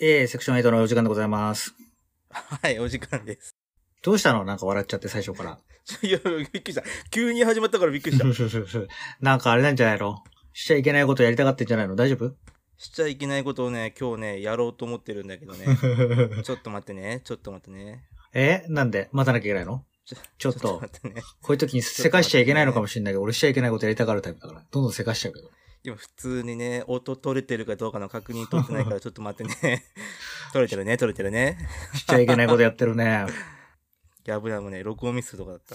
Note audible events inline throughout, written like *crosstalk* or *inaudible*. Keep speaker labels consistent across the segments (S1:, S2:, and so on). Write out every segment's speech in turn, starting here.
S1: えー、セクション8のお時間でございます。
S2: はい、お時間です。 *laughs*
S1: どうしたのなんか笑っちゃって最初 *laughs* から。
S2: いや、びっくりした。急に始まったからびっくりした。
S1: なんかあれなんじゃないのしちゃいけないことやりたがってんじゃないの大丈 *laughs* 夫
S2: しちゃいけないことをね、今日ね、やろうと思ってるんだけど
S1: *laughs*
S2: ね。ちょっと待ってね、ちょっと待ってね。
S1: えなんで待たなきゃいけないのちょっと
S2: 待ってね。
S1: こういう時にせかしちゃいけないのかもしれないけど、俺しちゃいけないことやりたがるタイプだから。どんどんせかしちゃうけど。
S2: 今普通にね、音取れてるかどうかの確認取ってないからちょっと待っ
S1: *laughs*
S2: てね。取れてるね、取れてるね。
S1: しちゃいけないことやってる *laughs* ね。
S2: やぶやぶね、録音ミスとかだった。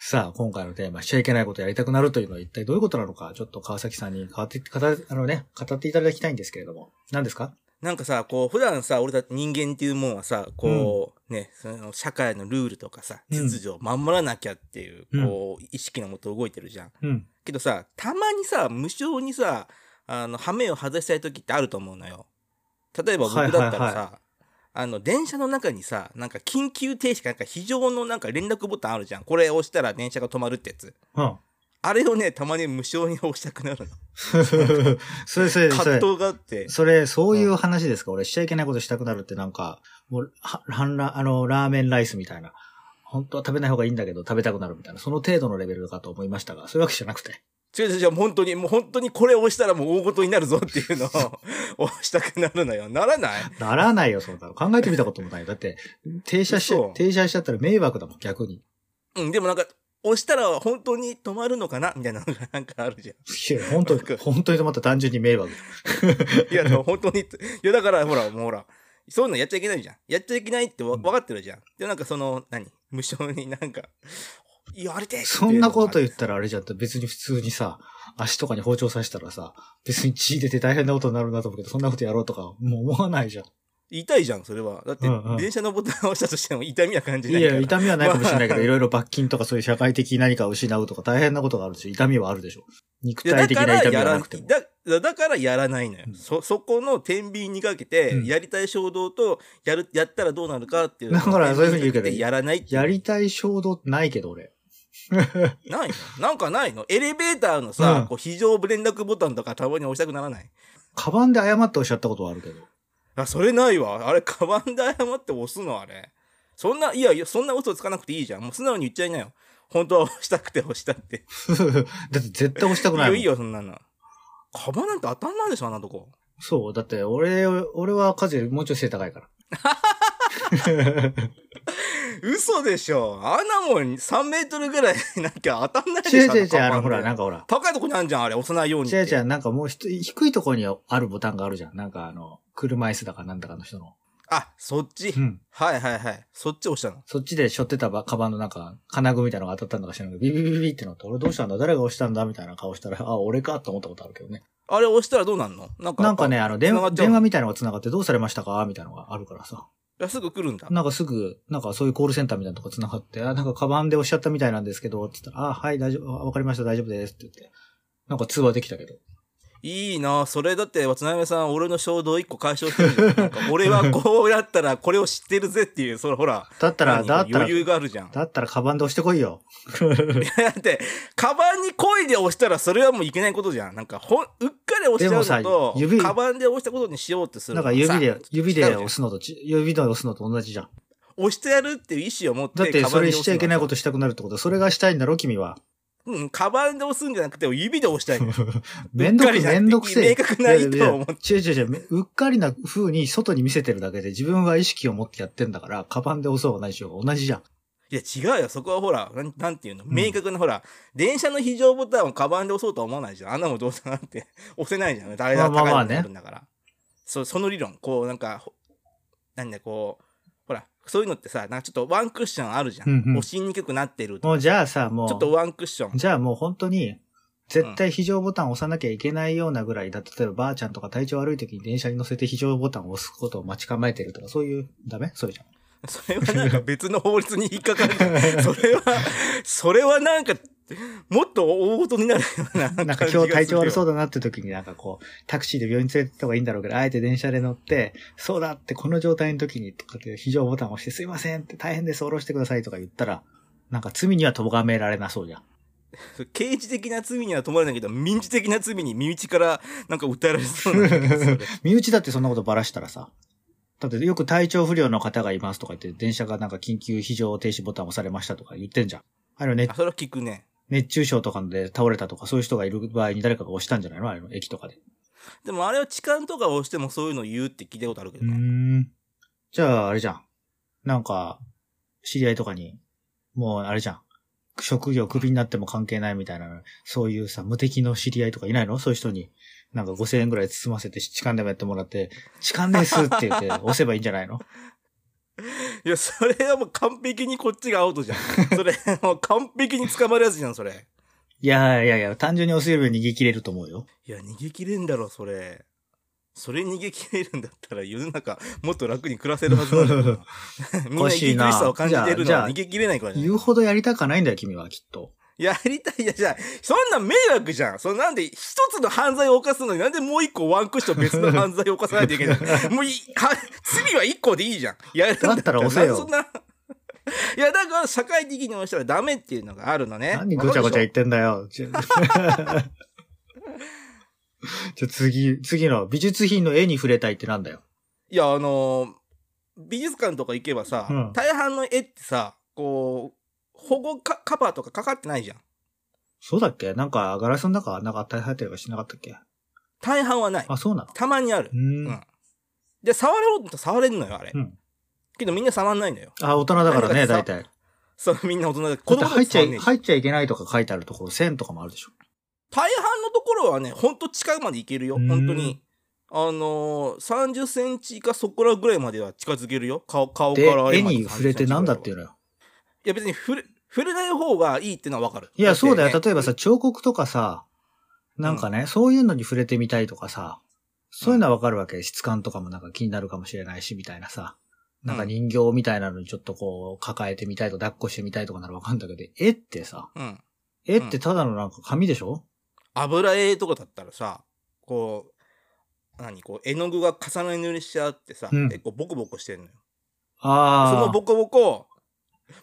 S1: さあ、今回のテーマ、しちゃいけないことやりたくなるというのは一体どういうことなのか、ちょっと川崎さんに語って、語っあのね、語っていただきたいんですけれども。何ですか
S2: なんかさ、こう、普段さ、俺たち人間っていうもんはさ、こう、ね、その社会のルールとかさ、
S1: うん
S2: 秩序を守らなきゃっていう、
S1: うん
S2: こう、意識のもと動いてるじゃん。
S1: うん。
S2: けどさ、たまにさ、無性にさ、あの、羽目を外したい時ってあると思うのよ。例えば僕だったら
S1: は
S2: さ、
S1: いはいは
S2: あの、電車の中にさ、なんか緊急停止かなんか非常のなんか連絡ボタンあるじゃん。これ押したら電車が止まるってや
S1: *laughs*
S2: つ。
S1: うん。
S2: あれをね、たまに無性に押したくなるの。
S1: それ、それ、そ
S2: 葛
S1: れ。
S2: 藤があって。
S1: それ、そういう話ですか、俺、しちゃいけないことしたくなるってなんか、もう、は、はんら、あの、ラーメンライスみたいな。本当は食べない方がいいんだけど、食べたくなるみたいな。その程度のレベルかと思いましたが、そういうわけじゃなくて。
S2: 違う違う違う、本当に、もう本当にこれ押したらもう大事になるぞっていうのを *laughs* 押したくなるのよ。ならない
S1: ならないよ、そんなの。考えてみたこともないよ。だって、停車し
S2: 嘘、
S1: 停車しちゃったら迷惑だもん、逆に。
S2: うん、でもなんか、押したら本当に止まるのかなみたいなのがなんかあるじゃん。
S1: いや、本当に、本当に止まったら単純に迷惑。
S2: いや、でも本当に、いや、だから、ほら、もうほら、そういうのやっちゃいけないじゃん。やっちゃいけないってわ分かってるじゃん。で、なんかその、何無償になんか、言われてって
S1: そんなこと言
S2: う
S1: ったらあれじゃん、別に普通にさ、足とかに包丁刺したらさ、別に血出て大変なことになるなと思うけど、そんなことやろうとか、もう思わないじゃん。
S2: の痛いじゃん、それは。だって
S1: うんうん、
S2: 電車のボタンを押したとしても痛みは感じない
S1: い
S2: から。
S1: や、痛みはないかもしれないけ
S2: *laughs* ま
S1: ど、
S2: あ
S1: いろいろ罰金とかそういう社会的何かを失うとか大変なことがあるでしょ。痛みはあるでしょ。肉
S2: いや
S1: 体
S2: だ
S1: 的
S2: か
S1: な
S2: ら
S1: 痛み
S2: や
S1: は
S2: ら
S1: な
S2: な
S1: くても。
S2: だだからやらないのよ、
S1: うん
S2: そそこの天秤にかけて、
S1: うん
S2: やりたい衝動とやるやったらどうなるかっていう
S1: だからそういうふうに言うけど
S2: 天秤にかてやらないっていう
S1: やりたい衝動ないけど、俺。
S2: ないのなんかないのエレベーターのさ、
S1: うん
S2: こう非常連絡ボタンとかたまに押したくならない
S1: カバンで謝っておっしゃったことはあるけど。 *laughs*
S2: あ、それないわ。あれ、カバンで謝って押すのあれ。そんな、いやいや、そんな嘘つかなくていいじゃん。もう素直に言っちゃいなよ。本当は押したくて押したって。
S1: だって絶対押した
S2: い
S1: く
S2: い
S1: ない
S2: よ
S1: も
S2: いい
S1: ん。
S2: よ、そんなの。カバンなんて当たんないでしょ、あんなとこ。
S1: そう、だって俺、俺は数よりもうちょい背高いから。
S2: 嘘でしょ。あんなもん3メートルぐらい *laughs* なきゃ当たんないでし
S1: 違う
S2: ょ。
S1: 違う違う、
S2: あ
S1: あ
S2: の
S1: の、
S2: カ
S1: ほ
S2: バ
S1: ら、
S2: ンって
S1: なんかほら。
S2: 高いとこにあるじゃん、あれ、押さないようにって。
S1: 違う違う、なんかもうひと低いところにあるボタンがあるじゃん。なんかあの、車椅子だかなんだかの人の。
S2: あ、そっち。
S1: うん。
S2: はいはいはい。そっち押したの。
S1: そっちで背負ってたばカバンの中、金具みたいなのが当たったのか知らないけど、ビビビビビってなって、俺どうしたんだ誰が押したんだみたいな顔したら、あ、俺かと思ったことあるけどね。
S2: あれ押したらどうなんのなんか、
S1: なんかね、あの、電
S2: 繋が
S1: 話、
S2: っちゃうの
S1: 電話みたいなのが繋がってどうされましたかみたいなのがあるからさ。
S2: いやすぐ来るんだ。
S1: なんかすぐ、なんかそういうコールセンターみたいなとこ繋がって、あ、なんかカバンで押しちゃったみたいなんですけど、つったら、あ、はい、大丈夫、あわかりました、大丈夫ですって言って。なんか通話できたけど。
S2: いいなそれだって渡辺さん俺の衝動一個解消してるじゃんなんか俺はこうやったらこれを知ってるぜっていうそれほら
S1: だったら、
S2: 何
S1: だったら
S2: 余、裕があるじゃんだ *laughs*
S1: だったらカバンで押してこいよ。
S2: ってカバンに恋で押したらそれはもういけないことじゃんなんかほんうっかり押しちゃうのと
S1: でもさ指
S2: カバンで押したことにしようってする
S1: な
S2: の
S1: んか指
S2: さ
S1: で、指で
S2: 違うじゃん
S1: 押すのとち、指で押すのと同じじゃん。
S2: 押してやるっていう意思を持っ
S1: だ
S2: て
S1: ってそれ
S2: カバンで押すの
S1: しちゃいけないことしたくなるってことは、それがしたいんだろ、君は。
S2: うんカバンで押すんじゃなくて指で押したいの
S1: *laughs* めんど
S2: うっか
S1: く、
S2: りじゃ
S1: めんどくせえ。
S2: 明確な意図を
S1: いやいや
S2: 持っ
S1: 違う違う違うめ。うっかりな風に外に見せてるだけで自分は意識を持ってやってんだから、カバンで押そうがないしようが同じじゃん。
S2: いや違うよそこはほらなんなんていうの明確なほら、電車の非常ボタンをカバンで押そうとは思わないじゃんあんなもんどうせなんて *laughs* 押せないじゃん誰だ
S1: まあまあまあ
S2: 高い
S1: ね
S2: のあるんだから、そその理論こうなんかほなんだこうほらそういうのってさなんかちょっとワンクッションあるじゃん、
S1: うんうん
S2: 押しにくくなってると
S1: も
S2: か
S1: うじゃあさ、もう、
S2: ちょっとワンクッション
S1: じゃあもう本当に、絶対非常ボタンを押さなきゃいけないようなぐらいだ。例えばばあちゃんとか体調悪い時に電車に乗せて非常ボタンを押すことを待ち構えてるとか、そういう、ダメそれじゃん。
S2: *laughs* それはなんか別の法律に引っかかるじゃ
S1: *laughs*
S2: んそれはそれはなんかもっと大事になるような
S1: *laughs* なんか今日体調悪そううだなって時になんかこう、タクシーで病院連れてった方がいいんだろうけど、あえて電車で乗って、そうだってこの状態の時にとかって非常ボタンを押してすいませんって大変です、下ろしてくださいとか言ったら、なんか罪にはとがめられなそうじゃん。
S2: そう刑事的な罪には止まらないけど、民事的な罪に身内からなんか訴えられそうなんだけど、
S1: *laughs*
S2: それ
S1: 身内だってそんなことばらしたらさ。だってよく体調不良の方がいますとか言って、電車がなんか緊急非常停止ボタン押されましたとか言ってんじゃん。あれね
S2: あ、それは聞くね。
S1: 熱中症とかで倒れたとか、そういう人がいる場合に誰かが押したんじゃないのあれの駅とかで。
S2: でもあれは痴漢とかを押してもそういうの言うって聞いたことあるけどね。
S1: ん。じゃあ、あれじゃん。なんか、知り合いとかに、もうあれじゃん。職業クビになっても関係ないみたいな、そういうさ、無敵の知り合いとかいないのそういう人に、なんか5000円ぐらい包ませて、痴漢でもやってもらって、痴漢ですって言って押せばいいんじゃないの
S2: いや、それはもう完璧にこっちがアウト
S1: *laughs*
S2: じゃん。それ、もう完璧に捕まるやつじゃん、それ。
S1: いやいやいや、単純に押せれば逃げ切れると思うよ。
S2: いや、逃げ切れんだろ、それ。それ逃げ切れるんだったら世の中もっと楽に暮らせるはずなんだ
S1: *laughs*
S2: よなみんな
S1: おか
S2: 生
S1: しい
S2: き苦し
S1: な
S2: さを感じてる
S1: じ
S2: の
S1: ゃあ
S2: は逃げ切れないからね
S1: 言。うほどやりたくはないんだよ、君
S2: *laughs*
S1: は、きっと。
S2: やりたい、いや、 *laughs* じゃあそんな迷惑じゃん。そのなんで一つの犯罪を犯すのになんでもう一個ワンクッション別の犯罪を犯さないといけない
S1: *laughs*
S2: のもういは罪は一個でいいじゃん。やるんだったら
S1: だったら押せよ
S2: なん *laughs* でそんな。いや、だから社会的に押したらダメっていうのがあるのね。
S1: 何ごちゃごちゃ言
S2: わかるでし
S1: って
S2: ょ
S1: んだ
S2: *laughs*
S1: よ。ちょじゃあ次、次の美術品の絵に触れたいってなんだよ。
S2: いや、あのー美術館とか行けばさ、
S1: うん
S2: 大半の絵ってさ、こう、保護カカバーとかかかってないじゃん。
S1: そうだっけなんかガラスの中、なんか大変ってるかしなかったっけ
S2: 大半はない。
S1: あ、そうなの
S2: たまにある
S1: う。ー
S2: うんん。で、触れようと思ったら触れるのよ、あれ。
S1: うん
S2: けどみんな触んないのよ。
S1: あ、大人だからね、
S2: なん
S1: 大
S2: かさ
S1: 体。
S2: そう、みんな大人
S1: だ
S2: で、子
S1: って
S2: 供
S1: 入っちゃ
S2: 触ん
S1: い、
S2: ねえ
S1: 入っちゃいけないとか書いてあるところ、線とかもあるでしょ。
S2: 大半のところはね、ほんと近くまで行けるよ、
S1: うん
S2: 本当に。あのー、30センチかそこらぐらいまでは近づけるよ。顔、顔か
S1: で
S2: ら、。
S1: 絵に触れてなんだっていううのよ。
S2: いや別に触れ、触れない方がいいってのはわかる。
S1: いや、そうだよ。
S2: ってね
S1: 例えばさ、彫刻とかさ、なんかね、そういうのに触れてみたいとかさ、そういうのはわかるわけ。質感とかもなんか気になるかもしれないし、みたいなさ。なんか人形みたいなのにちょっとこう、抱えてみたいとか抱っこしてみたいとかならわかるんだけど、絵ってさ、
S2: うん。
S1: 絵ってただのなんか紙でしょ、
S2: 油絵とかだったらさこう何こう絵の具が重ね塗りしちゃってさ、
S1: うん
S2: 結構ボコボコしてるのよ
S1: ああ。
S2: そのボコボコ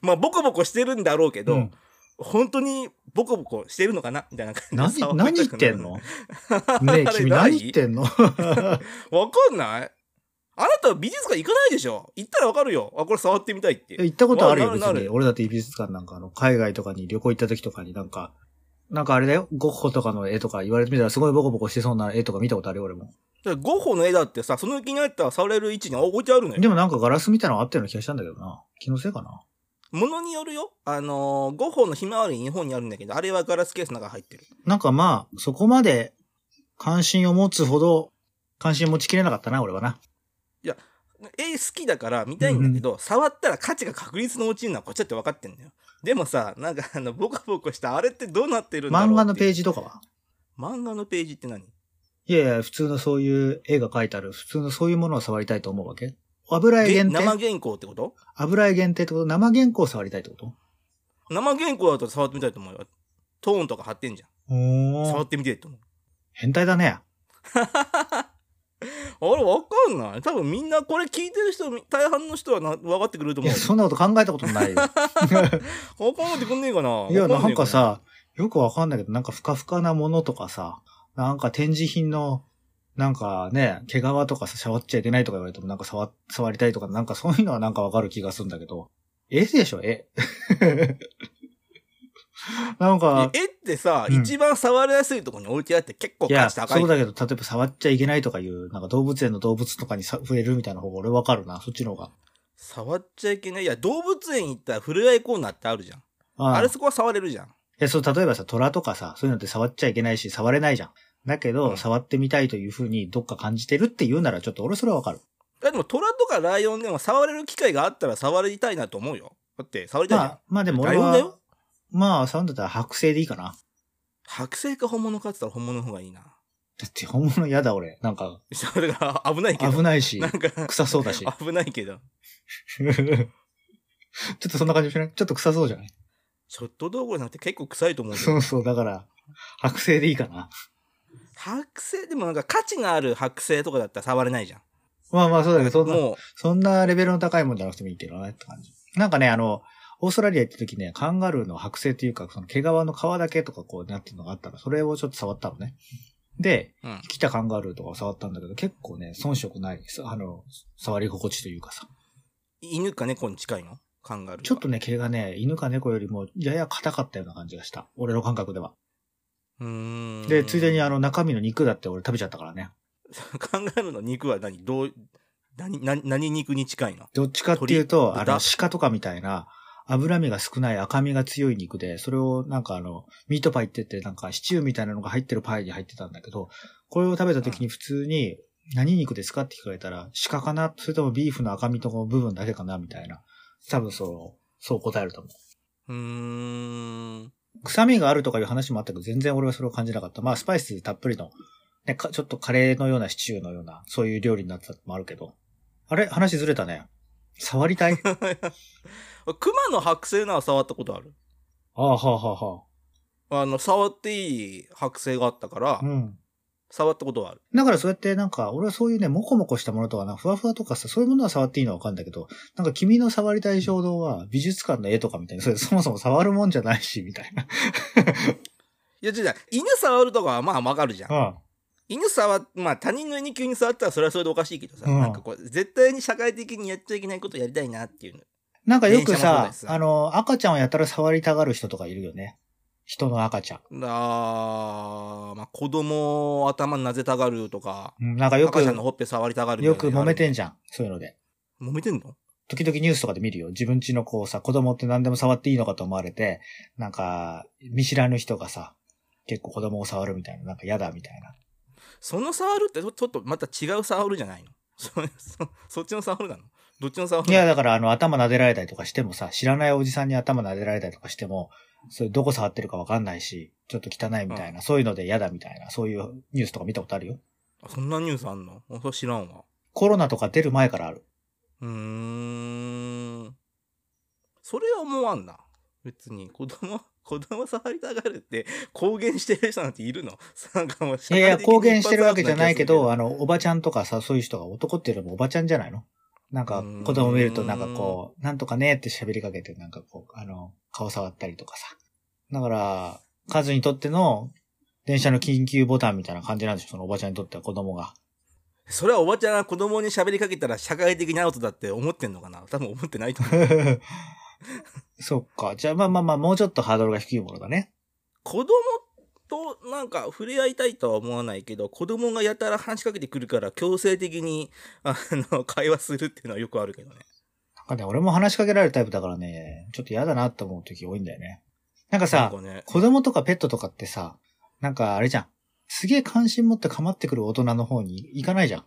S2: まあボコボコしてるんだろうけど、
S1: うん
S2: 本当にボコボコしてるのかなみたいな感じで
S1: 何、何言って
S2: *laughs*
S1: んのねえ、君何言ってんの *laughs*
S2: わかんないあなたは美術館行かないでしょ行ったらわかるよあこれ触ってみたいって
S1: 行ったことあるよ、
S2: なる
S1: 別
S2: なる
S1: に。俺だって美術館なんか、あの、海外とかに旅行行った時とかになんか、なんかあれだよ、ゴッホとかの絵とか言われてみたらすごいボコボコしてそうな絵とか見たことあるよ、俺も。
S2: だからゴッホの絵だってさその気になったら触れる位置に置いてあるのよ
S1: でもなんかガラスみたいなのあったような気がしたんだけどな。気のせいかな。
S2: ものによるよあのーゴッホのひまわり日本にあるんだけどあれはガラスケースの中入ってる
S1: なんかまあ、そこまで関心を持つほど、関心を持ちきれなかったな、俺はな。
S2: 絵好きだから見たいんだけど、触ったら価値が確率の落ちるのはこっちだって分かってんだよ。でもさ、なんかあの、ボコボコしたあれってどうなってるんだろう
S1: 漫画のペー
S2: ジ。
S1: ジとかは
S2: 漫画のページって何
S1: いやいや、普通のそういう絵が描いてある、普通のそういうものを触りたいと思うわけ油絵
S2: げ
S1: 限
S2: 生
S1: 定
S2: 原稿ってこと
S1: 油絵限定ってこと生原稿を触りたいってこと
S2: 生原稿だと触ってみたいと思うよ。トーンとか貼ってんじゃん。触
S1: おー
S2: ってみてえと思う。
S1: 変態だね。
S2: あれ分かんない。多分みんなこれ聞いてる人、大半の人はな分かってくれると
S1: い
S2: 思
S1: や、
S2: う。
S1: そんなこと考えたことも
S2: *laughs*
S1: ないよ。
S2: 分かってくんねえかな。
S1: いや、
S2: わ
S1: なん
S2: え
S1: か、さ、よくわかんないけど、なんかふかふかなものとかさ、なんか展示品の、なんかね、毛皮とかさ、触っちゃいけないとか言われても、なんか触、触りたいとか、なんかそういうのはなんかわかる気がするんだけど、絵でしょ、絵。 *laughs* なんか、
S2: 絵ってさ、
S1: うん
S2: 一番触りやすいところに置いてあって結構
S1: いや、
S2: 価値
S1: そ
S2: 高い。
S1: うだけど、例えば触っちゃいけないとかいう、なんか動物園の動物とかにさ触れるみたいな方が俺わかるな、そっちの方が。
S2: 触っちゃいけない。いや、動物園行ったら触れ合いコーナーってあるじゃん。
S1: あ
S2: あれそこは触れるじゃん。
S1: え、そう、例えばさ、虎とかさ、そういうのって触っちゃいけないし、触れないじゃん。だけど、
S2: うん
S1: 触ってみたいというふうにどっか感じてるって言うなら、ちょっと俺それはわかる。
S2: あでも、虎とかライオンでも触れる機会があったら触りたいなと思うよ。だって、触りたい
S1: ま
S2: じゃん
S1: あ。、まあでも
S2: ラ
S1: 俺
S2: イオンだ
S1: は
S2: よ、
S1: まあ、触んだったら剥製でいいかな。
S2: 剥製か本物かって言ったら本物の方がいいな。
S1: だって本物嫌だ俺。なんか、
S2: そうだから、危ないけど。
S1: 危ないし
S2: な、んか、
S1: 臭そうだし。
S2: 危ないけど。
S1: ちょっとそんな感じしない *laughs* ちょっと臭そうじゃない
S2: ちょっとどころじゃなくて結構臭いと思うけ
S1: そ
S2: ど
S1: う。そう、だから、剥製でいいかな。
S2: 剥製でもなんか価値のある剥製とかだったら触れないじゃん。
S1: まあまあ、そうだけど、そんな、
S2: も
S1: そんなレベルの高いもんじゃなくてもいいけどねって感じ。なんかね、あの、オーストラリア行った時ね、カンガルーの剥製っていうか、その毛皮の皮だけとかこうなってるのがあったら、それをちょっと触ったのね。で、
S2: うん
S1: 来たカンガルーとかを触ったんだけど、結構ね、遜色ない、さあの、触り心地というかさ。
S2: 犬か猫に近いのカンガルーは
S1: ちょっとね、毛がね、犬か猫よりも、やや硬かったような感じがした。俺の感覚では。
S2: うーん
S1: で、ついでにあの、中身の肉だって俺食べちゃったからね。
S2: カンガルーの肉は何どう何何何肉に近いの
S1: どっちかっていうと、あ
S2: 鳥豚
S1: の、鹿とかみたいな、脂身が少ない赤身が強い肉で、それをなんかあの、ミートパイって言って、なんかシチューみたいなのが入ってるパイに入ってたんだけど、これを食べた時に普通に、何肉ですかって聞かれたら、鹿かなそれともビーフの赤身とこの部分だけかなみたいな。多分そう、そう答えると思う。
S2: うーん
S1: 臭みがあるとかいう話もあったけど、全然俺はそれを感じなかった。まあ、スパイスたっぷりの、ね、かちょっとカレーのようなシチューのような、そういう料理になってたのもあるけど。あれ話ずれたね。触りたいあ
S2: 熊の剥製なら触ったことある
S1: あ、はあ、はあ、は
S2: あの触っていい剥製があったか
S1: あ。
S2: ら
S1: うん。
S2: 触ったことはある
S1: だからそうやってなんか、俺はそういうね、もこもこしたものとかな、ふわふわとかさ、そういうものは触っていいのはわかんだけど、なんか君の触りたい衝動は、美術館の絵とかみたいな、それそもそも触るもんじゃないし、みた
S2: *laughs*
S1: いな。
S2: いや違う犬触るとかはまあわかるじゃん
S1: あ
S2: 犬触まあ他人の犬急に触ったらそれはそれでおかしいけどさ、
S1: うん
S2: なんかこう絶対に社会的にやっちゃいけないことやりたいなっていうの
S1: なんかよく
S2: 電車もそう
S1: さ
S2: で、す
S1: あの、赤ちゃんをやたら触りたがる人とかいるよね。人の赤ちゃん。
S2: あーまあ子供を頭なぜたがるとか
S1: うんなんかよく、
S2: 赤ちゃんのほっぺ触りたがる
S1: よく揉めてん
S2: ん
S1: じゃん。そういうので。
S2: 揉めてんの
S1: 時々ニュースとかで見るよ。自分家の子をさ、子供って何でも触っていいのかと思われて、なんか、見知らぬ人がさ、結構子供を触るみたいな、なんか嫌だみたいな。
S2: その触るってちょちょっとまた違う触るじゃないのそそそっちの触るなのどっちの触る
S1: い
S2: な
S1: や、
S2: の
S1: だからあの、頭撫でられたりとかしてもさ、知らないおじさんに頭撫でられたりとかしても、それどこ触ってるかわかんないし、ちょっと汚いみたいな、そういうので嫌だみたいな、そういうニュースとか見たことあるよ。
S2: あそんなニュースあんのあそれ知らんわ
S1: コロナとか出る前からある。
S2: うーんそれは思わんな別に子供 *laughs* 子供触りたがるって公言してる人なんているのなんかもう
S1: いやいや、公言してるわけじゃないけど、
S2: あ
S1: あの、おばちゃんとかさ、そういう人が男っていうよりもおばちゃんじゃないのなんか
S2: うーん、
S1: 子供見るとなんかこう、なんとかねって喋りかけて、なんかこう、あの、顔触ったりとかさ。だから、カズにとっての、電車の緊急ボタンみたいな感じなんでしょそのおばちゃんにとっては子供が。
S2: それはおばちゃんが子供に喋りかけたら社会的にアウトだって思ってんのかな多分思ってないと思う
S1: *laughs* そっか。じゃあまあまあまあ、もうちょっとハードルが低いものだね。
S2: 子供となんか触れ合いたいとは思わないけど子供がやたら話しかけてくるから強制的にあの会話するっていうのはよくあるけどね
S1: なんかね、俺も話しかけられるタイプだからね、ちょっと嫌だなって思う時多いんだよね。なんかさ、
S2: なんかね
S1: 子供とかペットとかってさ、なんかあれじゃん。すげえ関心持って構ってくる大人の方に行かないじゃん。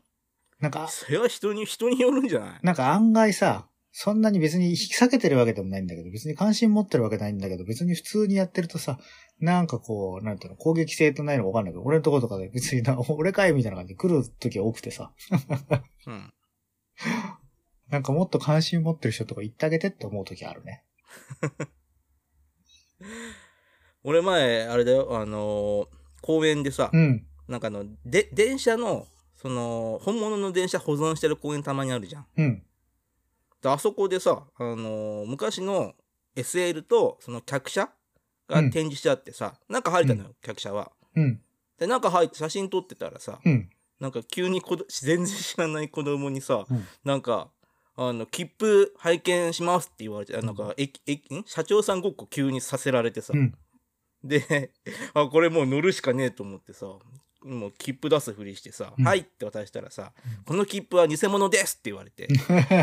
S1: なんか、
S2: それは人に人によるんじゃない
S1: なんか案外さ、そんなに別に引き裂けてるわけでもないんだけど、別に関心持ってるわけないんだけど、別に普通にやってるとさ、なんかこう、なんていうの、攻撃性とないのかわかんないけど、俺のとことかで別にな、俺かいみたいな感じで来る時が多くてさ、
S2: うん
S1: なんかもっと関心持ってる人とか行ってあげてって思う時あるね。
S2: 俺前あれだよあのー公園でさ、
S1: うん。
S2: なんかあので電車のその本物の電車保存してる公園たまにあるじゃん
S1: うん。
S2: であそこでさ、あのー昔の SL とその客車が
S1: うん
S2: 展示してあってさ、中入ったのよ、客車は
S1: うん。
S2: で中入って写真撮ってたらさ、
S1: うん。 *laughs*
S2: なんか急に子ど全然知らない子供にさ、
S1: うん
S2: なんかあの切符拝見しますって言われて、あなんか駅駅ん社長さんごっこ急にさせられてさ、
S1: うん。
S2: であこれもう乗るしかねえと思ってさもう切符出すふりしてさ「
S1: うん
S2: はい」って渡したらさ
S1: う
S2: 「この切符は偽物です」って言われて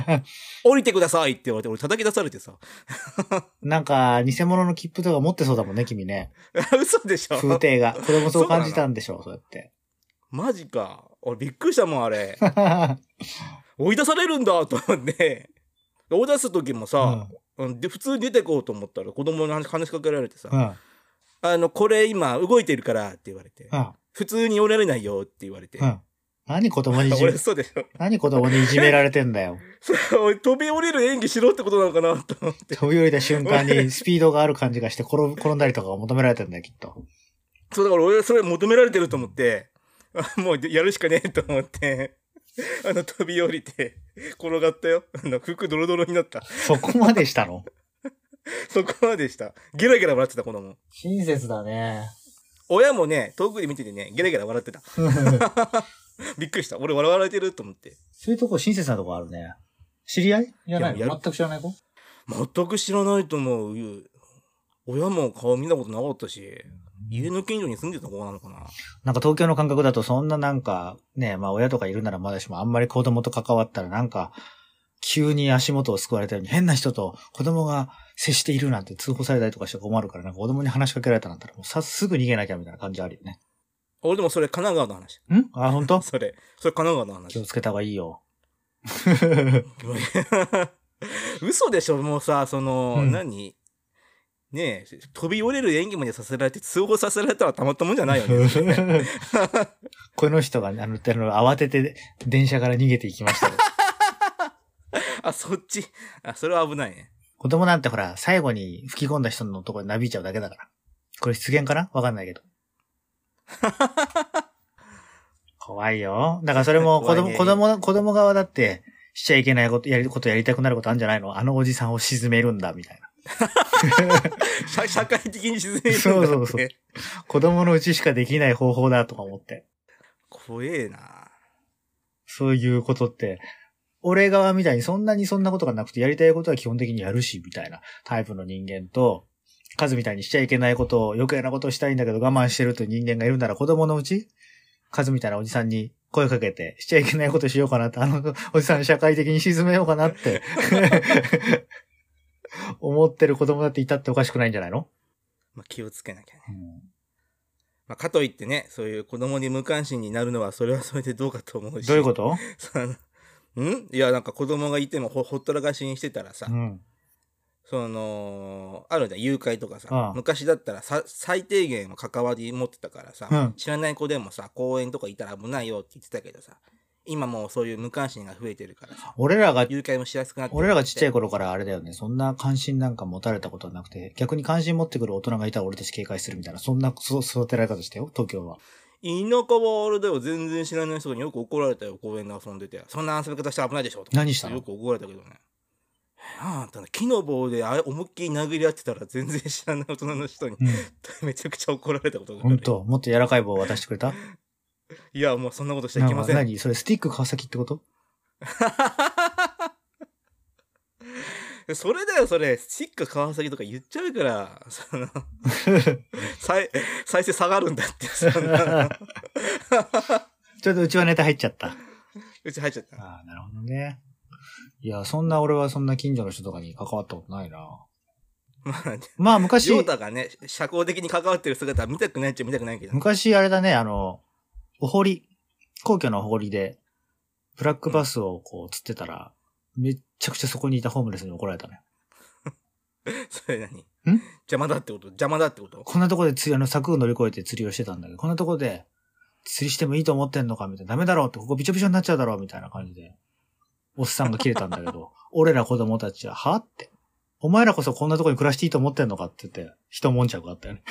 S2: 「降りてください」って言われて俺叩き出されてさ *laughs*
S1: なんか、偽物の切符とか持ってそうだもんね、君ね。
S2: 「嘘でしょ
S1: 風景が。これもそう感じたんでしょう、そうやって。
S2: マジか俺びっくりしたもんあれ追い出されるんだと思って追い出す時もさ、うんで普通に出てこうと思ったら子供に話しかけられてさ「
S1: うん。うん。
S2: あのこれ今動いてるから」って言われて
S1: うん。
S2: 「普通に降りられないよ」って言われて
S1: う
S2: 「
S1: ん。何子供にいじ
S2: 俺
S1: め、
S2: 嘘でしょ」
S1: 何子供にいじめられてんだよ。
S2: *laughs* それおい飛び降りる演技しろってことなのかなと思って
S1: 飛び降りた瞬間にスピードがある感じがして転ぶ転んだりとかが求められてんだよ、きっと。
S2: そうだから俺それ求められてると思ってあもうやるしかねえと思ってあの飛び降りて転がったよあの服ドロドロになった
S1: そこまでしたの
S2: そこまでした。ゲラゲラ笑ってた子供。
S1: 親切だね。
S2: 親もね、遠くで見ててね、ゲラゲラ笑ってた。 *laughs* びっくりした。俺笑われてると思って。
S1: そういうとこ親切なとこあるね。知り合いじゃない
S2: いやや
S1: の
S2: る
S1: 全く知らない子
S2: 全く知らないと思う。親も顔見たことなかったし、家の近所に住んでた子なのかな。
S1: なんか東京の感覚だとそんななんか、ね、まあ親とかいるならまだしもあんまり子供と関わったらなんか、急に足元を救われたように変な人と子供が接しているなんて通報されたりとかして困るから、なんか子供に話しかけられたなんてもうさ、すぐ逃げなきゃみたいな感じあるよね。
S2: 俺でもそれ神奈川の話。 *laughs*
S1: んあ、本当
S2: それ、それ神奈川の
S1: 気
S2: 話
S1: を。つけた方がいいよ。
S2: *laughs* 嘘でしょもうさ、その、
S1: うん
S2: 何ねえ、飛び降りる演技までさせられて通報させられたらたまったもんじゃないよね。
S1: *laughs* この人が、あの、っての慌てて電車から逃げていきましたよ。
S2: あ、そっち。あ、それは危ないね。
S1: 子供なんてほら、最後に吹き込んだ人のところになびいちゃうだけだから。これ失言かなわかんないけ
S2: *laughs*
S1: ど。怖いよ。だからそれも子
S2: *laughs* 怖い
S1: 供、
S2: ね
S1: 子供、子供側だって、しちゃいけないこと、やることやりたくなることあるんじゃないのあのおじさんを沈めるんだ、みたいな。 *laughs*
S2: 社社会的に沈めるんだって。
S1: そうそうそう子供のうちしかできない方法だとか思って。
S2: 怖えな。
S1: そういうことって、俺側みたいにそんなにそんなことがなくて、やりたいことは基本的にやるし、みたいなタイプの人間と、カズみたいにしちゃいけないことを、余計なことをしたいんだけど我慢してるという人間がいるなら子供のうち、カズみたいなおじさんに声かけて、しちゃいけないことしようかなって、あのおじさん社会的に沈めようかな *laughs* って、思ってる子供だっていたっておかしくないんじゃないの、
S2: まあ、気をつけなきゃね。
S1: うん
S2: まあ、かといってね、そういう子供に無関心になるのは、それはそれでどうかと思うし。
S1: どういうこと
S2: その *laughs* んいや、なんか子供がいてもほほったらかしにしてたらさ、
S1: うん。
S2: その、あるじゃん、誘拐とかさ、
S1: ああ
S2: 昔だったらさ最低限は関わり持ってたからさ、
S1: うん
S2: 知らない子でもさ、公園とかいたら危ないよって言ってたけどさ、今もうそういう無関心が増えてるからさ、
S1: 俺らが
S2: 誘拐もしやすくなってる
S1: 俺らがちっちゃい
S2: 子。
S1: 頃からあれだよね。そんな関心なんか持たれたことはなくて、逆に関心持ってくる大人がいたら俺たち警戒するみたいな、そんなそ育てられ方したよ、東京は。
S2: 田舎はあれだよ、全然知らない人によく怒られたよ、公園で遊んでて。そんな遊び方したら危ないでしょとか
S1: 何したの
S2: よく怒られたけどね。あんたね、木の棒であれ思いっきり殴り合ってたら全然知らない大人の人に
S1: うん。
S2: *laughs* めちゃくちゃ怒られたことがある。
S1: ほんと、もっと柔らかい棒を渡してくれた
S2: いや、もうそんなことしちゃいけません。
S1: な何それスティック川崎って
S2: *laughs*
S1: こと
S2: *laughs* それだよ、それ。シック川崎とか言っちゃうから、その、再、再生下がるんだって、そ
S1: *laughs*
S2: んな
S1: ちょっとうちはネタ入っちゃった。
S2: うち入っちゃった。
S1: ああ、なるほどね。いや、そんな俺はそんな近所の人とかに関わったことないな。
S2: まあ、
S1: まあ昔
S2: ジ、ョータがね、社交的に関わってる姿は見たくないっちゃ見たくないけど。
S1: 昔あれだね、あの、お堀、皇居のお堀で、ブラックバスをこう釣ってたら、めっちゃくちゃそこにいたホームレスに怒られたね。
S2: それ何邪魔だってこと邪魔だってこと
S1: こんなとこで釣り、あの、柵を乗り越えて釣りをしてたんだけど、こんなとこで釣りしてもいいと思ってんのかみたいな。ダメだろうって、ここびちょびちょになっちゃうだろうみたいな感じで、おっさんが切れたんだけど、 *laughs* 俺ら子供たちは、はって。お前らこそこんなとこに暮らしていいと思ってんのかって言って、一悶着があったよね。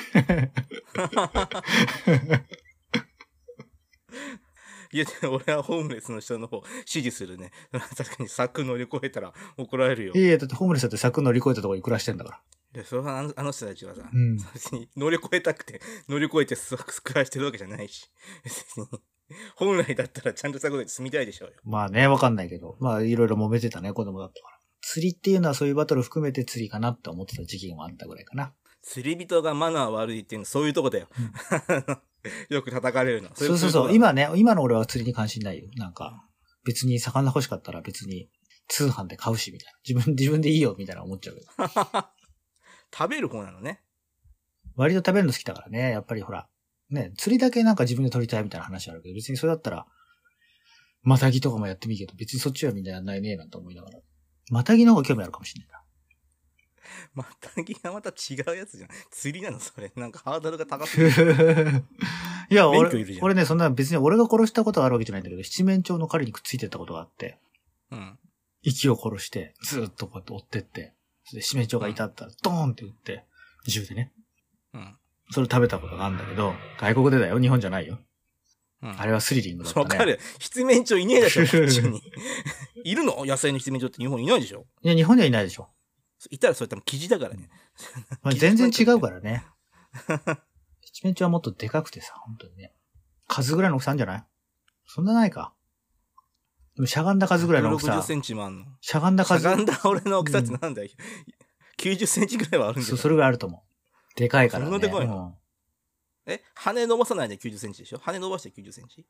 S2: いや、でも俺はホームレスの人の方、支持するね。 *laughs* 確かに柵乗り越えたら怒られるよ。
S1: いやいや、だってホームレスだって柵乗り越えたとこに暮らしてんだから。
S2: でそれはあのあの人たちはさ、
S1: うん
S2: 別に *laughs* 乗り越えたくて、乗り越えてす暮らしてるわけじゃないし、 *laughs* 別に、本来だったらちゃんとしたことで住みたいでしょうよ。
S1: まあね、わかんないけど。まあ、いろいろ揉めてたね、子供だったから。釣りっていうのはそういうバトル含めて釣りかなって思ってた時期もあったぐらいかな。
S2: 釣り人がマナー悪いっていうのそういうとこだよ。 *laughs* よく叩かれるの。
S1: そうそうそう。
S2: いとこだ。
S1: 今ね、今の俺は釣りに関心ないよ。なんか、別に魚欲しかったら別に通販で買うし、みたいな。自分、自分でいいよ、みたいな思っちゃうけど。
S2: 食べる方なのね。
S1: 割と食べるの好きだからね、やっぱりほら。ね、釣りだけなんか自分で取りたいみたいな話あるけど、別にそれだったら、マタギとかもやってもいいけど、別にそっちはみんなやんないね、なんて思いながら。マタギの方が興味あるかもしれないな。
S2: またぎがまた違うやつじゃん。釣りなのそれ。なんかハードルが高すぎる。
S1: いや、
S2: 免許い
S1: 俺
S2: るじ、ゃん
S1: 俺ね、そんな別に俺が殺したことはあるわけじゃないんだけど、七面鳥の狩りにくっついてったことがあって、
S2: うん。
S1: 息を殺して、ずーっとこうやって追ってって、それで、しめ鳥がいたったら、ドーンって撃って、銃でね。
S2: うん。
S1: それを食べたことがあるんだけど、外国でだよ、日本じゃないよ。
S2: うん。
S1: あれはスリリングだった
S2: わ
S1: ね。
S2: かる。七面鳥い *laughs* ねえでしょ、こっちに。いるの野生の七面鳥って日本いないでしょ
S1: いや、日本にはいないでしょ。
S2: いたらそれ多分記事だからね。
S1: まあ、全然違うからね。一面ちはもっとでかくてさ、本当にね。数ぐらいの大きさあるんじゃないそんなないか。でもしゃがんだ数ぐらいの大き
S2: 60
S1: さ。
S2: センチもあんの。
S1: しゃがんだ
S2: しゃ
S1: 数。
S2: がんだ俺の大きさってなんだよ。90センチぐらいはあるんだ
S1: そ
S2: よ。
S1: うそれぐらいあると思う。でかいからね。
S2: そんなでかい
S1: うん
S2: え羽伸ばさないで90センチでしょ羽伸ばして90センチ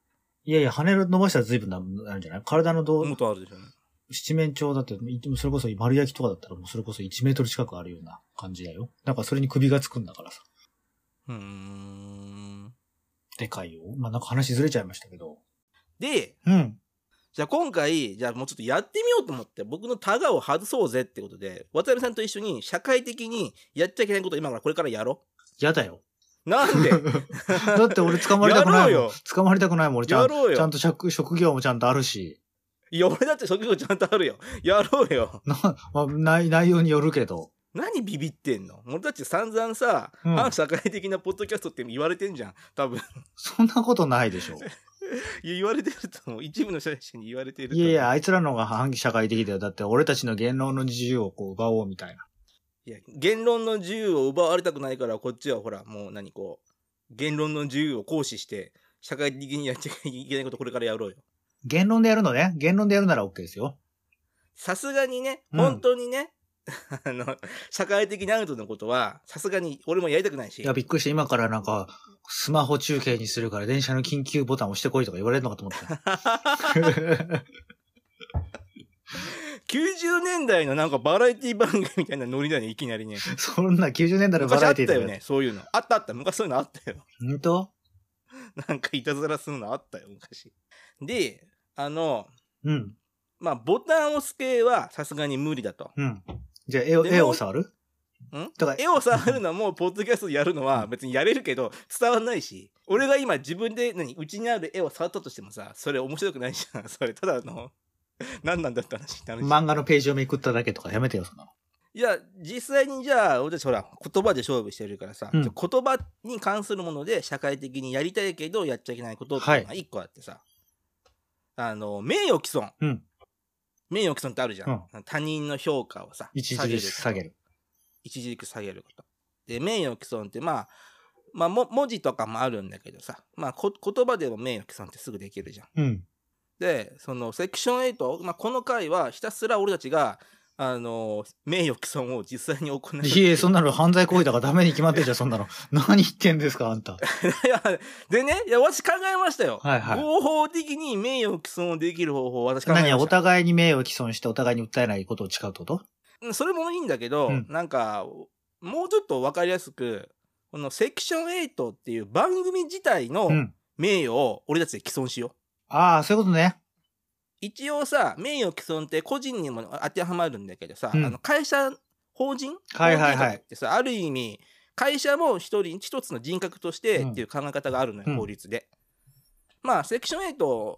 S1: いやいや、羽伸ばしたら随分ななるんじゃない体のどう
S2: もっとあるでしょうね。
S1: 七面鳥だって、いそれこそ丸焼きとかだったらもうそれこそ1メートル近くあるような感じだよ。だからそれに首がつくんだからさ。
S2: うーん。
S1: でかいよ。まあ、なんか話ずれちゃいましたけど。
S2: で、
S1: うん。
S2: じゃあ今回、じゃあもうちょっとやってみようと思って、僕のタガを外そうぜってことで、渡辺さんと一緒に社会的にやっちゃいけないことを今からこれからやろ
S1: 嫌だ
S2: *laughs*
S1: よ。
S2: う。な
S1: *laughs*
S2: んで
S1: だって俺捕まりたくないも
S2: やろうんよ。
S1: 捕まりたくないもん。俺ちゃ
S2: や
S1: ん
S2: ろう
S1: ちゃん
S2: よ。
S1: と職職業もちゃんとあるし。
S2: いや、俺だって職業ちゃんとあるよ。やろうよ。
S1: な、まあ、内内容によるけど。
S2: 何ビビってんの俺たち散々さ、
S1: うん
S2: 反社会的なポッドキャストって言われてんじゃん。多分。
S1: そんなことないでしょ。
S2: いや言われてると思う。 *laughs* 一部の社員に言われてると
S1: い
S2: 思う。
S1: やいや、あいつらの方が反社会的だよ。だって俺たちの言論の自由をこう奪おうみたいな。
S2: いや、言論の自由を奪われたくないから、こっちはほら、もう何こう、言論の自由を行使して、社会的にやっちゃいけないことこれからやろうよ。
S1: 言論でやるのね。言論でやるなら OK ですよ。
S2: さすがにね、
S1: うん
S2: 本当にね、 *laughs* あの、社会的なアウトのことは、さすがに俺もやりたくないし
S1: い、や、びっくりして、今からなんか、スマホ中継にするから電車の緊急ボタン押してこいとか言われるのかと思
S2: *laughs*
S1: った。
S2: 90年代のなんかバラエティ番組みたいなノリだね、いきなりね。
S1: そんな90年代のバ
S2: 昔
S1: ラ
S2: あ
S1: エ
S2: っ
S1: テ
S2: た
S1: ィー
S2: よね、そういうの。あったあった、昔そういうのあったよ。
S1: 本当
S2: なんかいたずらするのあったよ、昔。で、あの、
S1: うん、
S2: まあ、ボタン押す系はさすがに無理だと。
S1: うん。じゃあ、絵を、
S2: でも
S1: 絵を触る
S2: ん
S1: だから、
S2: 絵を触るのも、ポッドキャストでやるのは別にやれるけど、伝わんないし、俺が今自分で、何、うちにある絵を触ったとしてもさ、それ面白くないじゃん。そ *laughs* れ、ただの、何なんだって話になるし。
S1: 漫画のページをめくっただけとかやめてよ、そんなの。
S2: いや、実際にじゃあ、俺たちほら、言葉で勝負してるからさ、
S1: うん
S2: じゃあ言葉に関するもので、社会的にやりたいけど、やっちゃいけないことって
S1: はい
S2: いうのが一個あってさ、あの、名誉毀損。
S1: うん
S2: 名誉毀損ってあるじゃん。他人の評価をさ、
S1: 一時下げ
S2: る。
S1: る。
S2: 一時下げること。で、名誉毀損って、まあ、まあ、も文字とかもあるんだけどさ、まあ、こ言葉でも名誉毀損ってすぐできるじゃん。 *laughs*
S1: うん。
S2: で、そのセクション8、まあ、この回はひたすら俺たちが、あの、名誉毀損を実際に行う。
S1: いえ、そんなの犯罪行為だからダメに決まってんじゃん、そんなの。 *laughs* 何言ってんですか、あんた。
S2: いや、 *laughs* でね、いや、私考えましたよ。
S1: はいはい。
S2: 合法的に名誉毀損をできる方法を私考えま
S1: 何
S2: し
S1: や、お
S2: た。
S1: 互いに名誉を毀損してお互いに訴えないことを誓うってこと
S2: うんそれもいいんだけど、
S1: うん
S2: なんか、もうちょっとわかりやすく、このセクション8っていう番組自体の
S1: うん。
S2: 名誉を俺たちで毀損しよう。
S1: ああ、そういうことね。
S2: 一応さ、名誉毀損って個人にも当てはまるんだけどさ、
S1: うん
S2: あの会社、法人
S1: はいはいはい
S2: 法人格ってさ、ある意味、会社も一人、一つの人格として
S1: うん
S2: っていう考え方があるのよ、
S1: うん
S2: 法律で。まあ、セクション8、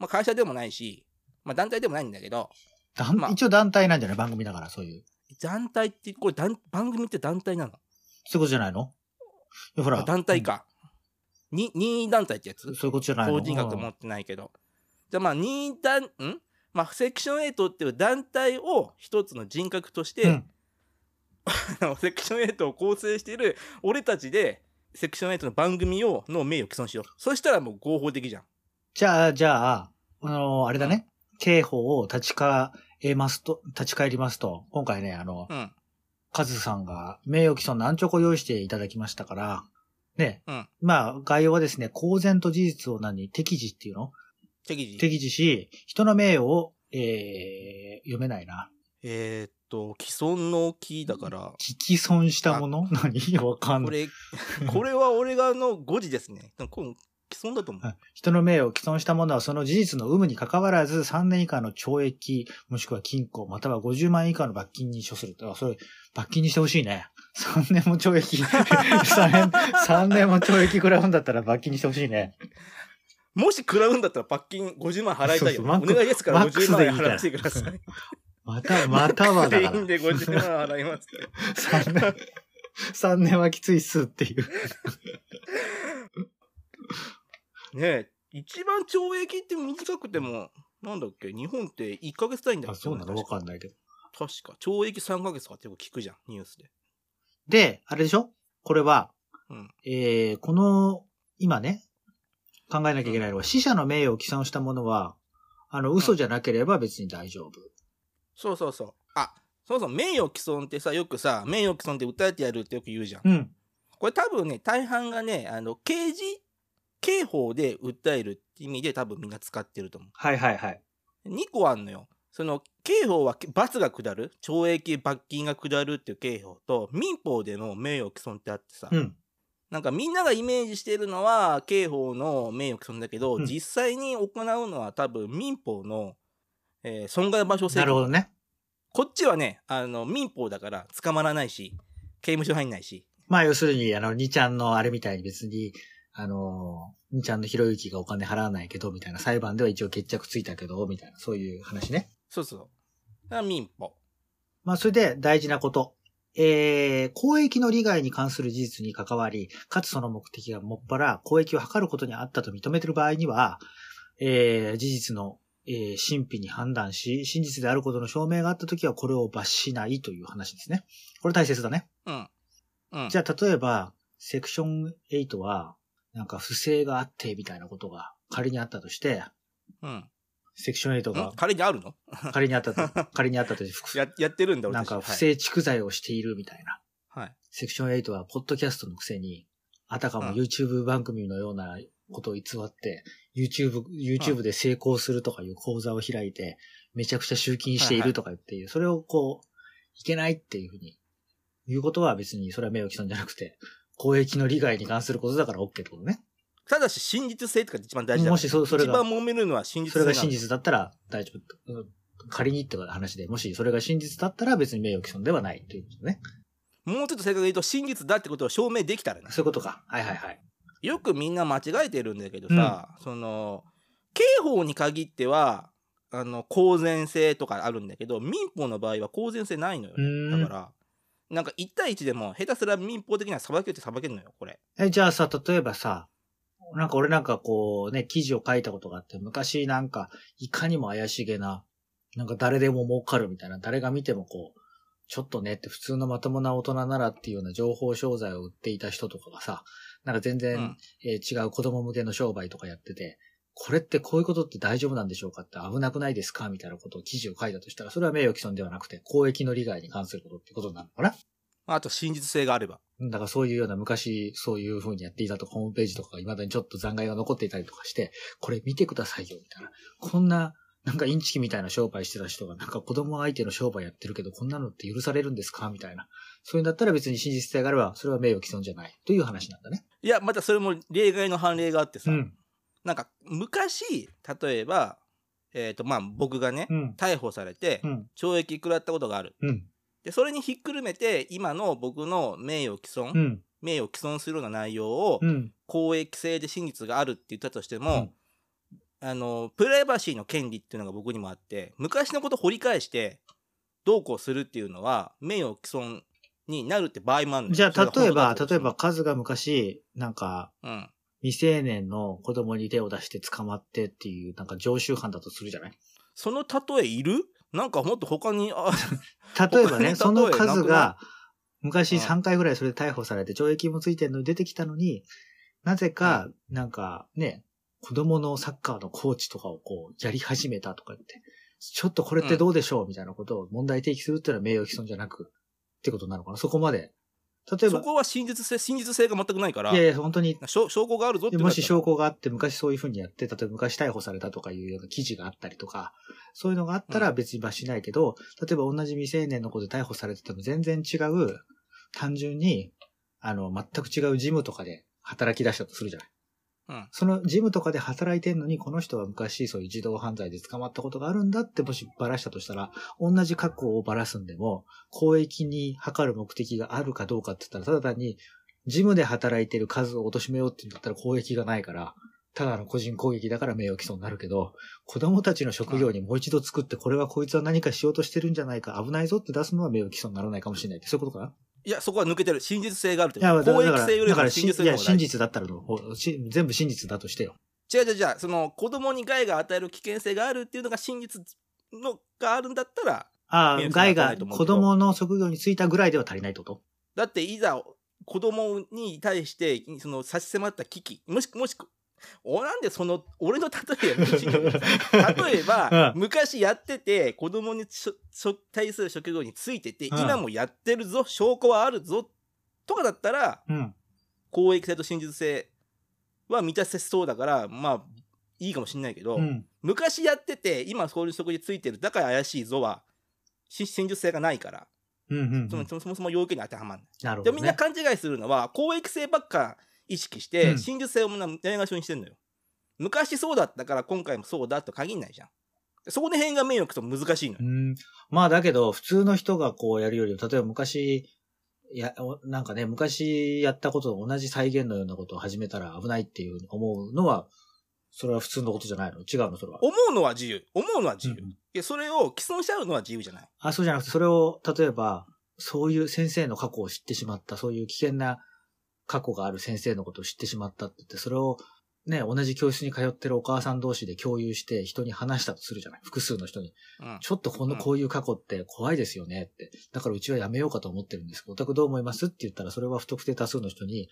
S2: まあ会社でもないし、まあ団体でもないんだけど、
S1: 団
S2: まあ
S1: 一応団体なんじゃない番組だから、そういう。
S2: 団体って、これ団番組って団体なの
S1: そういうことじゃないのいやほら。
S2: 団体か。に任意団体ってやつ
S1: うん。そういうことじゃないの
S2: 法人格持ってないけど。じゃあまあ、任意団、んまあ、セクション8っていう団体を一つの人格として、
S1: うん
S2: あ *laughs* のセクション8を構成している俺たちで、セクション8の番組を、の名誉毀損しよう。そしたらもう合法的じゃん。
S1: じゃあ、じゃあ、あのーあれだね。刑法を立ち返りますと、立ち返りますと、今回ね、あの、
S2: うん。
S1: カズさんが名誉毀損の安直を用意していただきましたから、ね。
S2: うん
S1: まあ、概要はですね、公然と事実を何適時っていうの
S2: 適時。
S1: 適時し、人の名誉を、えー、読めないな。
S2: えー、っと、既存の木だから、
S1: 聞き損したもの何 *laughs* わかん
S2: こ
S1: ない。
S2: れ、 *laughs* これは俺がの誤字ですね。これ既存だと思う。
S1: はい人の名誉を毀損した者はその事実の有無に関わらず3年以下の懲役、もしくは禁錮、または50万円以下の罰金に処する。あ、それ、罰金にしてほしいね。3年も懲 *laughs* 役、3年、3年も懲役食らうんだったら罰金にしてほしいね。
S2: もし食らうんだったら罰金50万払いたい
S1: そうそ
S2: よ。
S1: うマッ
S2: お
S1: ク
S2: 願いですから
S1: マックス
S2: 50万
S1: でいい
S2: 円
S1: から
S2: 払わせてください。
S1: また、またはだから *laughs*
S2: 全員。で50万払います。
S1: 3年、3年はきついっすっていう。
S2: ねえ、一番懲役って短くても、なんだっけ、日本って1ヶ月単位だっけ
S1: あ、そうなのわかんないけど。
S2: 確か、懲役3ヶ月とかってよく聞くじゃん、ニュースで。
S1: で、あれでしょこれは、
S2: うん
S1: えー、この、今ね、考えなきゃいけないのは、死者の名誉を毀損したものは、あの、嘘じゃなければ別に大丈夫。
S2: そうそうそう。あ、そもそも名誉毀損ってさ、よくさ、名誉毀損って訴えてやるってよく言うじゃん。
S1: うん。
S2: これ多分ね、大半がね、あの、刑事、刑法で訴えるって意味で多分みんな使ってると思
S1: はいはいはい。
S2: う。2個あんのよ。その、刑法は罰が下る、懲役、罰金が下るっていう刑法と、民法での名誉毀損ってあってさ、
S1: うん。
S2: なんかみんながイメージしてるのは刑法の名誉毀損だけど、
S1: うん
S2: 実際に行うのは多分民法の、えー損害賠償請
S1: なるほ
S2: 求。
S1: どね。
S2: こっちはね、あの、民法だから捕まらないし、刑務所入んないし。
S1: まあ要するに、あの、兄ちゃんのあれみたいに別に、あの、兄ちゃんのひろゆきがお金払わないけど、みたいな裁判では一応決着ついたけど、みたいな、そういう話ね。
S2: そうそう。だから民法。
S1: まあそれで大事なこと。えー、公益の利害に関する事実に関わり、かつその目的がもっぱら公益を図ることにあったと認めている場合には、えー、事実の、えー、真否に判断し、真実であることの証明があったときはこれを罰しないという話ですね。これ大切だね。
S2: うん。うん。
S1: じゃあ、例えば、セクション8は、なんか不正があって、みたいなことが仮にあったとして、
S2: うん。
S1: セクション8
S2: ん
S1: が
S2: 仮にあるの
S1: 仮にあったと、仮にあったと *laughs* して、
S2: や、やってるんだ、
S1: なん
S2: 私。
S1: か不正蓄財をしているみたいな。
S2: はい。はい。
S1: セクション8は、ポッドキャストのくせに、あたかも
S2: うん
S1: YouTube 番組のようなことを偽って、YouTube、YouTube で成功するとかいう講座を開いて、めちゃくちゃ集金しているとか言っていう、それをこう、いけないっていうふうに、言うことは別に、それは名誉毀損じゃなくて、公益の利害に関することだから OK ってことね。
S2: ただし、真実性とかって一番大事だから
S1: もしそそれが
S2: 一番揉めるのは真実
S1: そ
S2: 性
S1: れ
S2: な
S1: が
S2: の。
S1: 真実だったら大丈夫。うん仮にって話で、もしそれが真実だったら別に名誉毀損ではないということね。
S2: もうちょっと正確に言うと、真実だってことを証明できたらね。
S1: そういうことか。はいはいはい。
S2: よくみんな間違えてるんだけどさ、その刑法に限ってはあの公然性とかあるんだけど民法の場合は公然性ないのよ
S1: うーん
S2: だからなんか1対1でも下手すら民法的には裁けるって裁けるのよこれ
S1: え、じゃあさ、例えばさ、なんか俺なんかこうね、記事を書いたことがあって、昔なんか、いかにも怪しげな、なんか誰でも儲かるみたいな、誰が見てもこう、ちょっとねって普通のまともな大人ならっていうような情報商材を売っていた人とかがさ、なんか全然、
S2: うん
S1: えー違う子供向けの商売とかやってて、これってこういうことって大丈夫なんでしょうかって危なくないですかみたいなことを記事を書いたとしたら、それは名誉毀損ではなくて、公益の利害に関することってことになるのかな
S2: あと真実性があれば
S1: だからそういうような昔、そういう風にやっていたとか、ホームページとかが未だにちょっと残骸が残っていたりとかして、これ見てくださいよ、みたいな。こんな、なんかインチキみたいな商売してた人が、なんか子供相手の商売やってるけど、こんなのって許されるんですかみたいな。そういうんだったら別に真実性があれば、それは名誉毀損じゃない。という話なんだね。
S2: いやまたそれも例外の判例があってさ、
S1: うん。
S2: なんか昔例えばえっ、とまあ僕がね、
S1: うん。
S2: 逮捕されて
S1: うん。
S2: 懲役食らったことがある
S1: うん。
S2: でそれにひっくるめて今の僕の名誉毀損、
S1: うん。
S2: 名誉毀損するような内容を、
S1: うん。
S2: 公益性で真実があるって言ったとして
S1: うん
S2: も、あのプライバシーの権利っていうのが僕にもあって昔のことを掘り返してどうこうするっていうのは名誉毀損になるって場合もあるの
S1: じゃ
S2: それ
S1: あ、
S2: が
S1: 例え
S2: 本当だ
S1: ば
S2: っ、た
S1: 例え
S2: と
S1: ば、数が昔、なんか、
S2: しても、うん、
S1: 未成年の子供に手を出して捕まってっていう、なんか常習犯だとするじゃない
S2: その例えいるなんかもっと他にあ
S1: 例えばね、
S2: *laughs* 他に例えなくない
S1: その数が、昔
S2: うん
S1: 3回ぐらいそれで逮捕されて、懲役もついてるのに出てきたのに、なぜか、なんかね、子供のサッカーのコーチとかをこう、やり始めたとか言って、ちょっとこれってどうでしょうみたいなことを問題提起するっていうのは名誉毀損じゃなく、ってことなのかなそこまで。例え
S2: そ
S1: ば、
S2: こは真実性真実性が全くないから
S1: いやいや、本当に、
S2: 証証拠があるぞって
S1: で
S2: 言
S1: も
S2: うんだった
S1: し
S2: ら
S1: 証拠があって、昔そういうふうにやって、例えば昔逮捕されたとかいうような記事があったりとか、そういうのがあったら別に罰しないけど、例えば同じ未成年の子で逮捕されてても全然違う、単純に、あの、全く違うジムとかで働き出したとするじゃない。
S2: うん
S1: そのジムとかで働いてんのに、この人は昔そういう児童犯罪で捕まったことがあるんだってもしバラしたとしたら、同じ過去をバラすんでも、公益に図る目的があるかどうかって言ったら、ただ単に、ジムで働いてる数を貶めようって言ったら公益がないから、ただの個人攻撃だから名誉毀損になるけど、子供たちの職業にもう一度作って、これはこいつは何かしようとしてるんじゃないか、危ないぞって出すのは名誉毀損にならないかもしれないって、そういうことかない
S2: やそこは抜けてる真実性があるって
S1: いや、だから、
S2: 公
S1: だ
S2: 益
S1: から
S2: 性より
S1: だか
S2: も
S1: ら
S2: 真
S1: 真
S2: 実性
S1: い
S2: の
S1: や
S2: 方が大
S1: 真
S2: 事
S1: 実だったらの方、し全部真実だとしてよ。
S2: 違う違う違う、その子供に害が与える危険性があるっていうのが真実のがあるんだったら、
S1: ああ、
S2: 見る人は
S1: 害
S2: 分かんな
S1: が
S2: いと思う
S1: 子
S2: けど
S1: 供の職業に就いたぐらいでは足りないって
S2: *laughs*
S1: こと
S2: だっていざ子供に対してその差し迫った危機もしくもしくおなんでその俺の例えやめてほしいんだけど例えば、
S1: う
S2: 昔やってて子供にしょしょ対する職業についてて、
S1: うん
S2: 今もやってるぞ証拠はあるぞとかだったら
S1: *laughs* うん。
S2: 公益性と真実性は満たせそうだからまあいいかもしんないけ
S1: う
S2: ど、
S1: ん。
S2: 昔やってて今そういう職についてるだから怪しいぞはし真実性がないから、
S1: うんうんうん。
S2: そのそもそもそも要件に当てはまんない。
S1: なるほ
S2: で
S1: ど、ね。
S2: みんな勘違いするのは公益性ばっか意識して、
S1: うん
S2: 真実性をみんなないがしろにしてんのよ昔そうだったから今回もそうだと限んないじゃんそこの辺が名誉くと難しいの
S1: う
S2: よ、
S1: ん。まあだけど、普通の人がこうやるよりも、例えば昔、いや、おなんかね、昔やったことと同じ再現のようなことを始めたら危ないっていう思うのは、それは普通のことじゃないの違うのそれは。
S2: 思うのは自由思うのは自由、
S1: うん
S2: いやそれを既存しちゃうのは自由じゃない
S1: あ、そうじゃなくて、それを、例えば、そういう先生の過去を知ってしまった、そういう危険な過去がある先生のことを知ってしまったって言って、それを、ね、同じ教室に通ってるお母さん同士で共有して人に話したとするじゃない複数の人に。
S2: うん
S1: ちょっとこの
S2: うん
S1: こういう過去って怖いですよねって。だからうちはやめようかと思ってるんですけど、お宅どう思いますって言ったら、それは不特定多数の人に、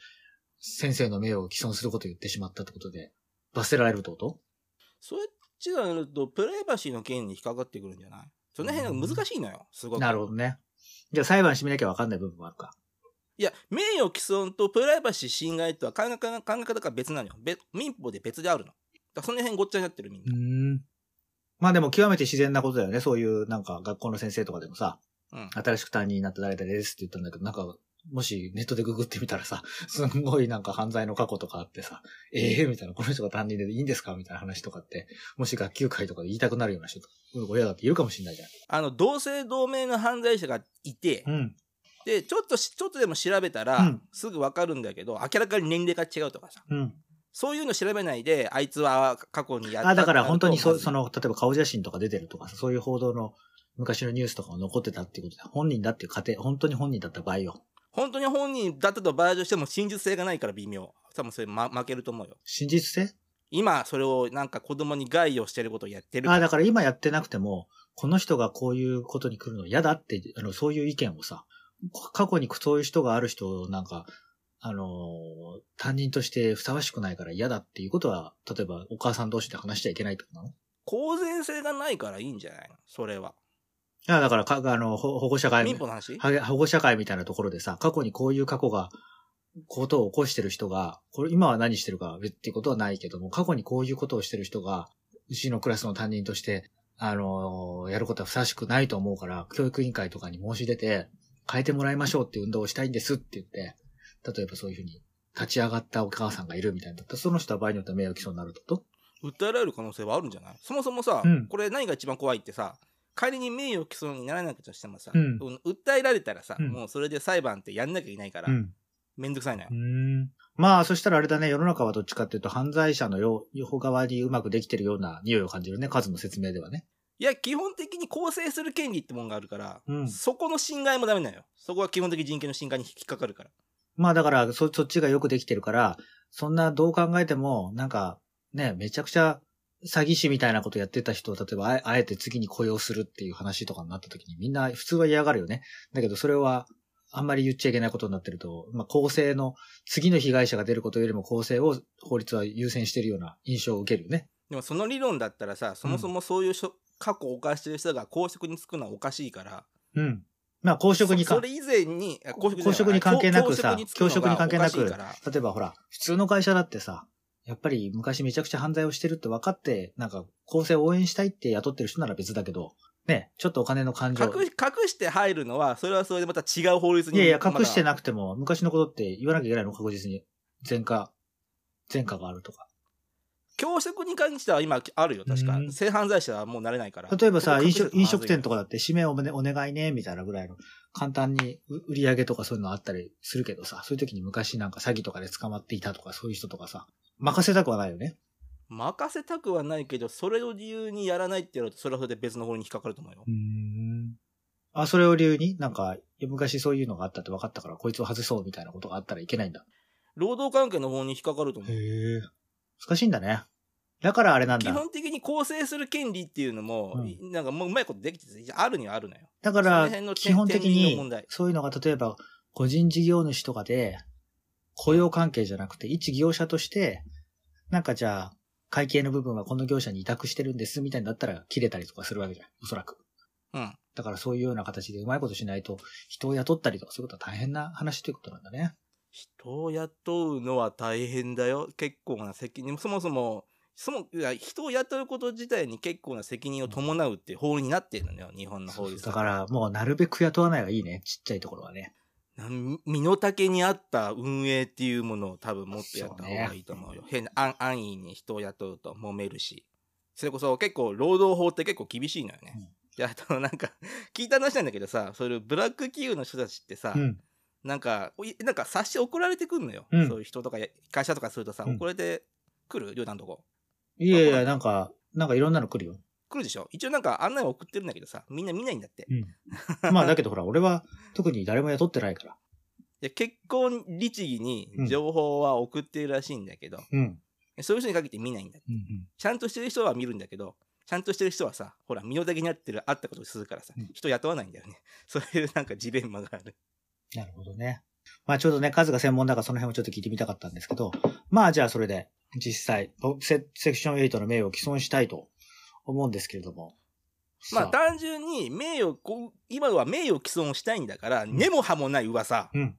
S1: 先生の名誉を毀損することを言ってしまったってことで、罰せられるってこと
S2: そっちがやるとプライバシーの件に引っかかってくるんじゃないその辺が難しいのよすごく
S1: なるほどね。じゃあ裁判してみなきゃわかんない部分もあるか。
S2: いや名誉毀損とプライバシー侵害とは考え考え方が別なのよべ民法で別であるのだからその辺ごっちゃになってるみんな、
S1: うん。まあでも極めて自然なことだよね。そういうなんか学校の先生とかでもさ、
S2: うん
S1: 新しく担任になった誰々ですって言ったんだけど、なんか、もしネットでググってみたらさ、 *laughs* すんごいなんか犯罪の過去とかあってさ、ええみたいな、この人が担任でいいんですかみたいな話とかって、もし学級会とかで言いたくなるような人とか、親だっているかもしれないじゃ
S2: あの同姓同名の犯罪者がいて、
S1: ん。うん。
S2: でちょっとしちょっとでも調べたら、
S1: うん
S2: すぐ分かるんだけど明らかに年齢が違うとかさ
S1: うん。
S2: そういうの調べないであいつは過去にやった
S1: あ、だから本当に
S2: ってな
S1: そ
S2: ると
S1: その、例えば顔写真とか出てるとかさ、そういう報道の昔のニュースとかが残ってたっていうことで、本人だっていう過程、本当に本人だった場合よ。
S2: 本当に本人だったとバージョンしても真実性がないから微妙多分それ、ま、負けると思うよ
S1: 真実性
S2: 今それをなんか子供に害をしてることをやってる
S1: ああ、だから今やってなくても、この人がこういうことに来るの嫌だって、あの、そういう意見をさ、こ過去にそういう人がある人をなんか、あのー担任としてふさわしくないから嫌だっていうことは、例えばお母さん同士で話しちゃいけないってことなの
S2: 公然性がないからいいんじゃないのそれは
S1: ああ、だからか、あの、ほ保護者会
S2: 民法の話
S1: はげ保護者会みたいなところでさ、過去にこういう過去が、ことを起こしてる人が、これ今は何してるか別っていうことはないけども、過去にこういうことをしてる人が、うちのクラスの担任として、あのーやることはふさわしくないと思うから、教育委員会とかに申し出て、変えてもらいましょうっていう運動をしたいんですって言って、例えばそういうふうに立ち上がったお母さんがいるみたいな、その人は場合によっては名誉毀損になるってこと
S2: 訴えられる可能性はあるんじゃないそもそもさ、
S1: うん
S2: これ何が一番怖いってさ仮に名誉毀損にならなくとしてもさ、
S1: うん
S2: 訴えられたらさ、
S1: うん
S2: もうそれで裁判ってやんなきゃいけないから、
S1: ん。
S2: めんどくさいのよ
S1: う、ーんまあ、そしたらあれだね、世の中はどっちかっていうと、犯罪者のよう、方側にうまくできてるような匂いを感じるね、数の説明ではね。
S2: いや基本的に構成する権利ってもんがあるから、
S1: うん
S2: そこの侵害もダメなのよそこは基本的人権の侵害に引っかかるから
S1: まあ、だから、そ、そっちがよくできてるから、そんなどう考えても、なんか、ね、めちゃくちゃ詐欺師みたいなことやってた人を、例えばあえ、あえて次に雇用するっていう話とかになった時に、みんな普通は嫌がるよね。だけど、それは、あんまり言っちゃいけないことになってると、まあ、公正の、次の被害者が出ることよりも公正を法律は優先してるような印象を受けるよね。
S2: でもその理論だったらさそもそもそういうしょ、過去を犯してる人が公職に就くのはおかしいから
S1: うん。まあ、公職に
S2: そ
S1: か
S2: それ以前にあ公職じゃな
S1: 公
S2: い
S1: 職に関係なくさ
S2: 公職に就くのがおかしいから
S1: 例えばほら、普通の会社だってさ、やっぱり昔めちゃくちゃ犯罪をしてるって分かって、なんか、公正を応援したいって雇ってる人なら別だけど、ね、ちょっとお金の感情。
S2: 隠し隠して入るのはそれはそれでまた違う法律
S1: い
S2: に
S1: やいや、隠して
S2: な
S1: なくても、昔のことって言わなきゃいけないの確実に。前科、前科があるとか。
S2: 教職に関しては今あるよ確か
S1: うん
S2: 性犯罪者はもうなれないから
S1: 例えばさ、飲
S2: 隠
S1: 食
S2: してたのは
S1: 飲食店とかだって、締めお,、ね、お願いね、みたいなぐらいの、簡単にう売り上げとかそういうのあったりするけどさ、そういう時に昔なんか詐欺とかで捕まっていたとか、そういう人とかさ、任せたくはないよね。
S2: 任せたくはないけどそれを理由にやらないってやるとそれはそれで別の法に引っかかると思うよ、
S1: うん。あ、それを理由になんか、昔そういうのがあったって分かったから、こいつを外そうみたいなことがあったらいけないんだ。
S2: 労働関係の法に引っかかると思う
S1: え。難しいんだね。だからあれなん
S2: 基
S1: だ。
S2: 本的に構成する権利っていうのも、
S1: う
S2: なんかもううまいことできてて、あるにはあるのよ。
S1: だか
S2: その
S1: ら
S2: 辺の、
S1: 基本的
S2: 天秤の問
S1: に
S2: 題、
S1: そういうのが例えば、個人事業主とかで、雇用関係じゃなくて、一業者として、なんかじゃあ、会計の部分はこの業者に委託してるんです、みたいになったら切れたりとかするわけじゃん、おそらく。
S2: うん。
S1: だからそういうような形でうまいことしないと、人を雇ったりとかそういうことは大変な話ということなんだね。
S2: 人を雇うのは大変だよ。結構な責任。そもそも、そも、いや人を雇うこと自体に結構な責任を伴うって法になってるのよ、日本の法律
S1: だからもうなるべく雇わないがいいね、ちっちゃいところはね。
S2: なん身の丈に合った運営っていうものを多分もっとやった方がいいと思うよ。変な安安易に人を雇うと揉めるし。それこそ結構労働法って結構厳しいのよね。
S1: うん
S2: いや、あとなんか聞いた話なんだけどさ、それブラック企業の人たちってさ、
S1: うん。
S2: なんか、おいなんか察して怒られてくんのよ。
S1: うん
S2: そういう人とかや会社とかするとさ、
S1: うん
S2: 怒られてくるりょうたんとこ。
S1: いやいや、なんか、なんかいろんなの来るよ。
S2: 来るでしょ一応なんか案内を送ってるんだけどさ、みんな見ないんだって。
S1: うん。 *laughs* まあだけどほら、俺は特に誰も雇ってないから。
S2: で結婚律儀に情報は送ってるらしいんだけど、
S1: うん。
S2: そういう人に限って見ないんだって
S1: うんうん。
S2: ちゃんとしてる人は見るんだけど、ちゃんとしてる人はさ、ほら、身の丈に合ってる、合ったことをするからさ
S1: うん、
S2: 人雇わないんだよね。 *laughs* そういうなんかジレンマがある。
S1: なるほどね。まあちょうどね、数が専門だからその辺をちょっと聞いてみたかったんですけど、まあじゃあそれで、実際、セセクション8の名誉を毀損したいと思うんですけれども。
S2: まあ
S1: さ
S2: 単純に名誉、こう今は名誉毀損をしたいんだから、根も葉もない噂、
S1: うん。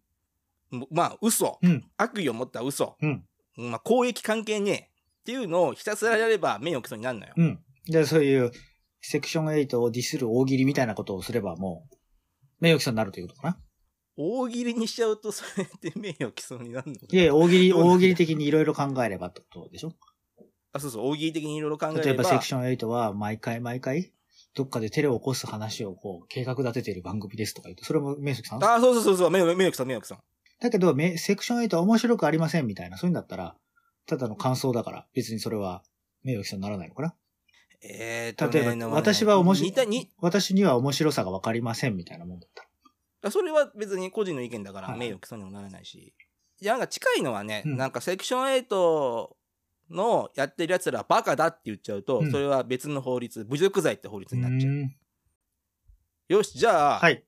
S2: もまあ嘘、
S1: うん。
S2: 悪意を持った嘘、
S1: うん。
S2: まあ公益関係ねえっていうのをひたすらやれば名誉毀損になるのよ。
S1: うん。で、そういう、セクション8をディスる大喜利みたいなことをすればもう、名誉毀損になるということかな。
S2: 大喜利にしちゃうと、それって名誉毀損になるの
S1: いやいや大喜利、
S2: どうなんだ
S1: 大喜利的にいろいろ考えればってことでしょ
S2: あ、そうそう、大喜利的にいろいろ考えれば。
S1: 例えばセクション8は毎回毎回、どっかでテレを起こす話をこう、計画立てている番組ですとか言うと、それも名誉毀損
S2: あ、そうそうそうそう、名誉名誉毀損、名誉毀損。
S1: だけど、めセクション8は面白くありませんみたいな、そういうんだったら、ただの感想だから、別にそれは名誉毀損にならないのかな
S2: えーとね、
S1: 例え
S2: で
S1: ば、
S2: もね
S1: 私は面白
S2: 似た似
S1: 私には面白さがわかりませんみたいなもんだったら。
S2: だからそれは別に個人の意見だか
S1: は
S2: ら
S1: い
S2: 名誉毀損にもならないし。いや、なんか近いのはね、
S1: うん
S2: なんかセクション8のやってる奴らバカだって言っちゃうと、
S1: うん
S2: それは別の法律、侮辱罪って法律になっちゃう。
S1: うーん
S2: よし、じゃあ、
S1: はい。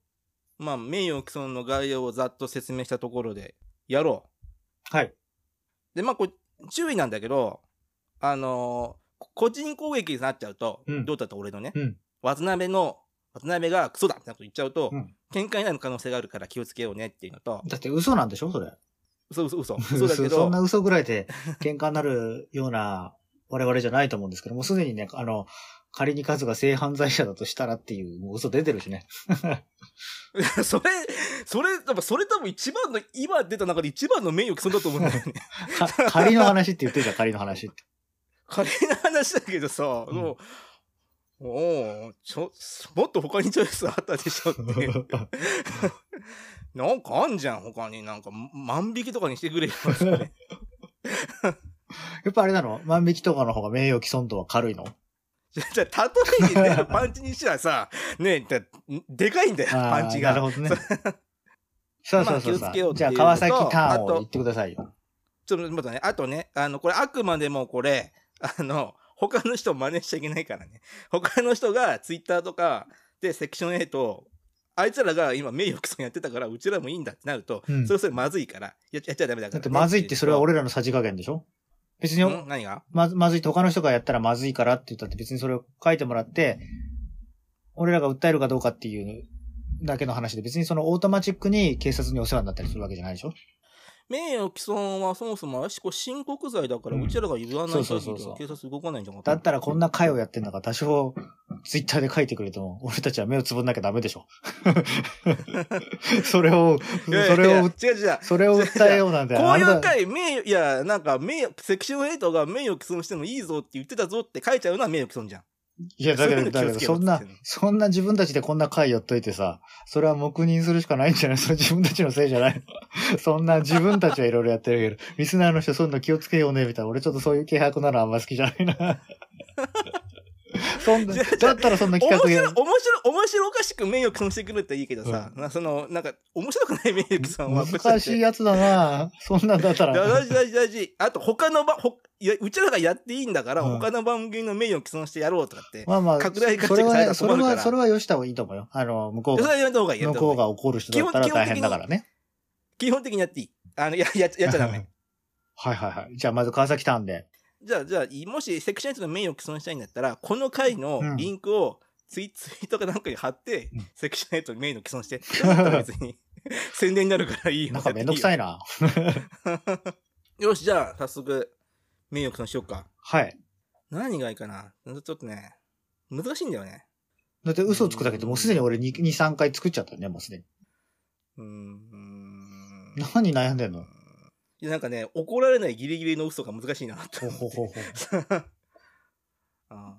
S2: まあ名誉毀損の概要をざっと説明したところでやろ
S1: はい。
S2: う。で、まあこれ注意なんだけど、あのーこ個人攻撃になっちゃうと、
S1: うん
S2: どうだと俺のね、
S1: うん
S2: 渡辺の、渡辺がクソだってなこと言っちゃうと、
S1: うん
S2: 喧嘩になる可能性があるから気をつけようねっていうのと、
S1: だって嘘なんでしょそれ。
S2: 嘘嘘嘘。嘘だけ
S1: そ
S2: ど
S1: ん、な *laughs* 嘘ぐらいで喧嘩になるような *laughs* 我々じゃないと思うんですけど、もうすでにね、あの、仮に数が性犯罪者だとしたらっていう、もう嘘出てるしね。
S2: *laughs* それ、それ、やっぱそれ多分一番の、今出た中で一番の名誉毀損だと思うんだよね。 *laughs*
S1: か仮の話って言ってるじゃん、仮の話って。
S2: 華麗な話だけどさ、
S1: うん
S2: もう、おーちょ、もっと他にチョイスあったでしょって。
S1: *laughs*
S2: なんかあんじゃん、他に。なんか、万引きとかにしてく
S1: *laughs*
S2: れよ。
S1: やっぱあれなの万引きとかの方が名誉毀損度は軽いの
S2: じゃ、じゃあ、例えに出るパンチにしたらさ、ねえ、だでかいんだよ、
S1: あー
S2: パンチ
S1: なる
S2: が。
S1: ほどね。 *laughs* そうそうそう
S2: ま
S1: そ
S2: あ気を
S1: う
S2: つけようって
S1: じ
S2: い
S1: ゃあ、
S2: うのと
S1: 川崎ターン
S2: あ
S1: を
S2: と
S1: 言ってくださいよ。
S2: ちょっと待ってね。あとね、あの、これあくまでもこれ、あの、他の人を真似しちゃいけないからね。他の人がツイッターとかでセクション8を、あいつらが今名誉毀損やってたから、うちらもいいんだってなると、
S1: うん
S2: それそれまずいから、やっちゃやっちゃダメだか
S1: だ
S2: ら、
S1: って、まずいってそれは俺らのさじ加減でしょ別に、
S2: の。何が
S1: まずまずいって他の人がやったらまずいからって言ったって別にそれを書いてもらって、俺らが訴えるかどうかっていうだけの話で、別にそのオートマチックに警察にお世話になったりするわけじゃないでしょ
S2: 名誉毀損はそもそも、あしこれ申告罪だから、
S1: う
S2: うんちらが言わな
S1: そう
S2: い
S1: そう
S2: 限
S1: そう
S2: り
S1: そう
S2: は警察動かないんじゃなか
S1: だったらこん
S2: な。
S1: な会をやってんだから多少ツイッターで書いてくれても俺たちは目をつぶんなきゃダメでしょ。 *laughs* それを、そ
S2: いやいやい
S1: れ
S2: や
S1: を、
S2: 違う違う。
S1: それを訴えようなんて。
S2: こうい
S1: あな
S2: う
S1: た
S2: 回、名誉、いや、なんか、名誉、セクション8が名誉毀損してもいいぞって言ってたぞって書いちゃうのは名誉毀損じゃん。
S1: いや、だけ
S2: そうい
S1: ど、
S2: う
S1: だ
S2: の気
S1: け
S2: を
S1: ど、そ
S2: つけろっ
S1: ん
S2: つっ
S1: な
S2: てんの、
S1: そんな自分たちでこんな会やっといてさ、それは黙認するしかないんじゃないそ *laughs* れ自分たちのせいじゃないの *laughs* そんな自分たちはいろいろやってるけど、リスナーの人そんな気をつけようね、みたいな。俺ちょっとそういう気迫なのあんま好きじゃないな。 *laughs* そんな
S2: 違う違う
S1: だったらそんな
S2: 面
S1: 企画
S2: 白い
S1: や
S2: 面白い面白おかしく名誉毀損してくるっていいけどさ、なそのなんか面白くない名誉毀損は
S1: 難しいやつだなそんなんだったら。
S2: 大事大事大事あと他のばほいやうちらがやっていいんだから、
S1: うん
S2: 他の番組の名誉を毀損してやろうとかって、
S1: まあまあ、
S2: 拡大
S1: それは、
S2: 活
S1: ね、
S2: 躍さ
S1: そ
S2: れた
S1: れ
S2: ら困る
S1: は、
S2: から
S1: それはよした方がいいと思うよ。あの、向こう
S2: それ
S1: が、
S2: はやめた方がいいや
S1: 向
S2: った
S1: こ
S2: 方
S1: う
S2: がいい
S1: が怒る人だったら
S2: 基本
S1: 大変だからね。
S2: 基本的にやっていいあのやややっちゃダ
S1: *laughs*
S2: メ
S1: はいはいはい。じゃあまず川崎ターンで。
S2: じゃあじゃあいもしセクション8の名誉を毀損したいんだったらこの回の
S1: うん
S2: リンクをツイ,、ツイートかなんかに貼って、
S1: うん
S2: セクション8の名誉を毀損してそれだったら別に *laughs* 宣伝になるからいいよ
S1: なんかめんどくさ
S2: い
S1: いな。
S2: よしじゃあ早速名誉を毀損しようか
S1: はい。
S2: 何がいいかなちょっとね難しいんだよね
S1: だって嘘をつくだけでもうすでに俺2、2 3回作っちゃったね、もうすでに。
S2: うーん
S1: 何悩んでんの
S2: いやなんかね怒られないギリギリの嘘が難しいなと
S1: ほ
S2: 思
S1: ほ
S2: って *laughs*
S1: ほほ。
S2: あ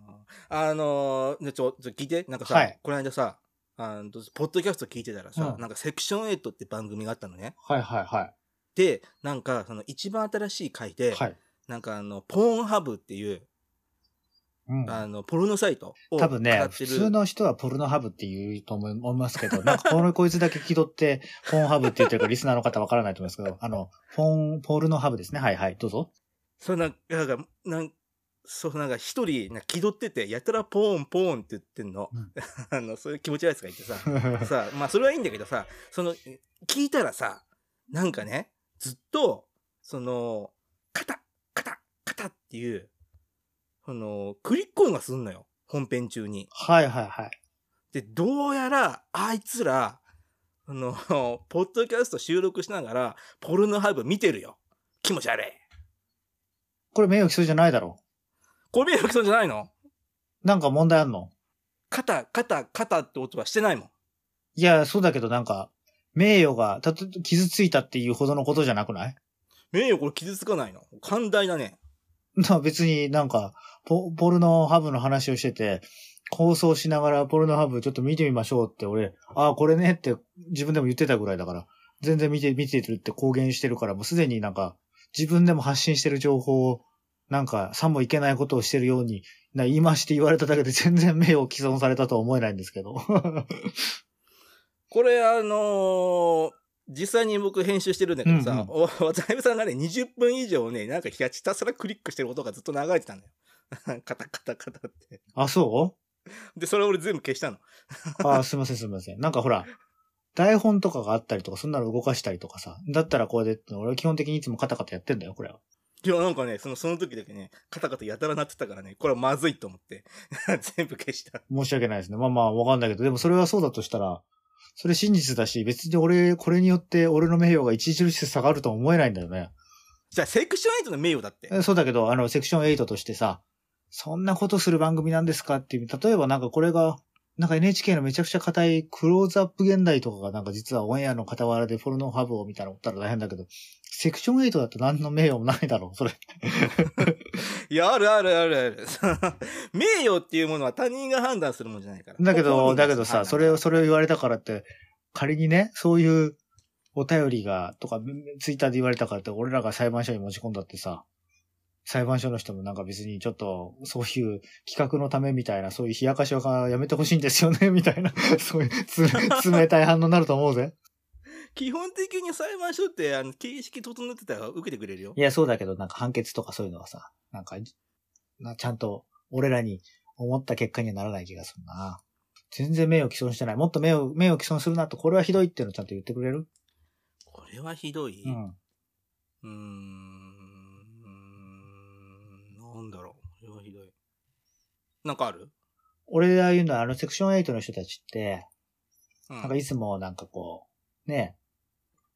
S2: ーあのー、ねちょちょ聞いてなんかさ、
S1: はい
S2: この間さあのポッドキャスト聞いてたらさ、
S1: うん
S2: なんかセクション8って番組があったのね
S1: はいはいは
S2: でなんかその一番新しい回で、
S1: い。はい。
S2: なんかあのポーンハブっていう、
S1: うん。
S2: あのポルノサイトを
S1: 多分ね
S2: 使、って
S1: 普
S2: る
S1: 通の人はポルノハブって言うと思い思いますけど、なんかこのこいつだけ気取って、ポンハブって言ってるからリスナーの方わからないと思いますけど、あの、ポン、ポルノハブですね。はいはい、どう
S2: *laughs*
S1: ぞ。
S2: そうなんかなんかなんそうなんか一人なんか気取っててやたらポーンポーンって言ってんの、
S1: うん
S2: *laughs* あのそういう気持ち悪いやつがいて
S1: *laughs*
S2: ささまあそれはいいんだけどさその聞いたらさなんかねずっとそのカタカタカタっていうそのクリック音がすんのよ本編中に。
S1: はいはいはい。
S2: でどうやらあいつらあの *laughs* ポッドキャスト収録しながらポルノハブ見てるよ気持ち悪い
S1: これ名誉毀損じゃないだろ
S2: これ見る人じゃないの
S1: う。なんか問題あんの
S2: カタカタカタって音はしてないもん
S1: いや、そうだけどなんか、名誉が、たと、傷ついたっていうほどのことじゃなくない
S2: 名誉これ傷つかないの寛大だね
S1: *laughs* な別になんかポ、ポルノハブの話をしてて、構想しながらポルノハブちょっと見てみましょうって俺、ああ、これねって自分でも言ってたぐらいだから、全然見て、見てるって公言してるから、もうすでになんか、自分でも発信してる情報を、なんか、さもいけないことをしてるように、な言いまして言われただけで全然名誉毀損されたとは思えないんですけど。 *laughs*
S2: これあのー実際に僕編集してるんだけどさ、
S1: うんうん
S2: お渡辺さんがね、20分以上ね、なんかひたひたすらクリックしてる音がずっと流れてたんだよ。 *laughs* カタカタカタって。
S1: あ、そう
S2: で、それ俺全部消したの。
S1: あーすいませんすいません。なんかほら、台本とかがあったりとか、そんなの動かしたりとかさ。だったらこれでって、俺は基本的にいつもカタカタやってんだよ、これは。
S2: いや、なんかね、その、その時だけね、カタカタやたらなってたからね、これはまずいと思って、 *laughs* 全部消した。
S1: 申し訳ないですね。まあまあ、わかんないけど、でもそれはそうだとしたら、それ真実だし、別に俺、これによって俺の名誉が著しく下がるとは思えないんだよね。
S2: じゃあ、セクション8の名誉だって。
S1: えそうだけど、あの、セクション8としてさ、そんなことする番組なんですかっていう、例えばなんかこれが、なんか NHK のめちゃくちゃ硬いクローズアップ現代とかがなんか実はオンエアの傍らでフォルノハブをみたいなのおったら大変だけど、セクション8だと何の名誉もないだろう、それ。
S2: いや、あるあるあるある。名誉っていうものは他人が判断するもんじゃないから。
S1: だけ
S2: 本
S1: ど、
S2: 人が
S1: だけど
S2: 判
S1: さ、
S2: 断
S1: それを、それを言われたからって、仮にね、そういうお便りが、とか、ツイッターで言われたからって、俺らが裁判所に持ち込んだってさ、裁判所の人もなんか別にちょっと、そういう企画のためみたいな、そういう冷やかしはやめてほしいんですよね、みたいな、そういうつ *laughs* 冷たい反応になると思うぜ。
S2: 基本的に裁判所って、あの、形式整ってたら受けてくれるよ
S1: い。や、そうだけど、なんか判決とかそういうのはさ、なんか、なちゃんと、俺らに思った結果にはならない気がするな。全然名誉毀損してない。もっと名誉、名誉毀損するなと、これはひどいっていうのちゃんと言ってくれる
S2: これはひどい。
S1: う
S2: うー
S1: ん。
S2: ん。なんだろう。これはひどい。なんかある
S1: 俺が言うのは、あの、セクション8の人たちって、
S2: うん
S1: なんかいつもなんかこう、ね、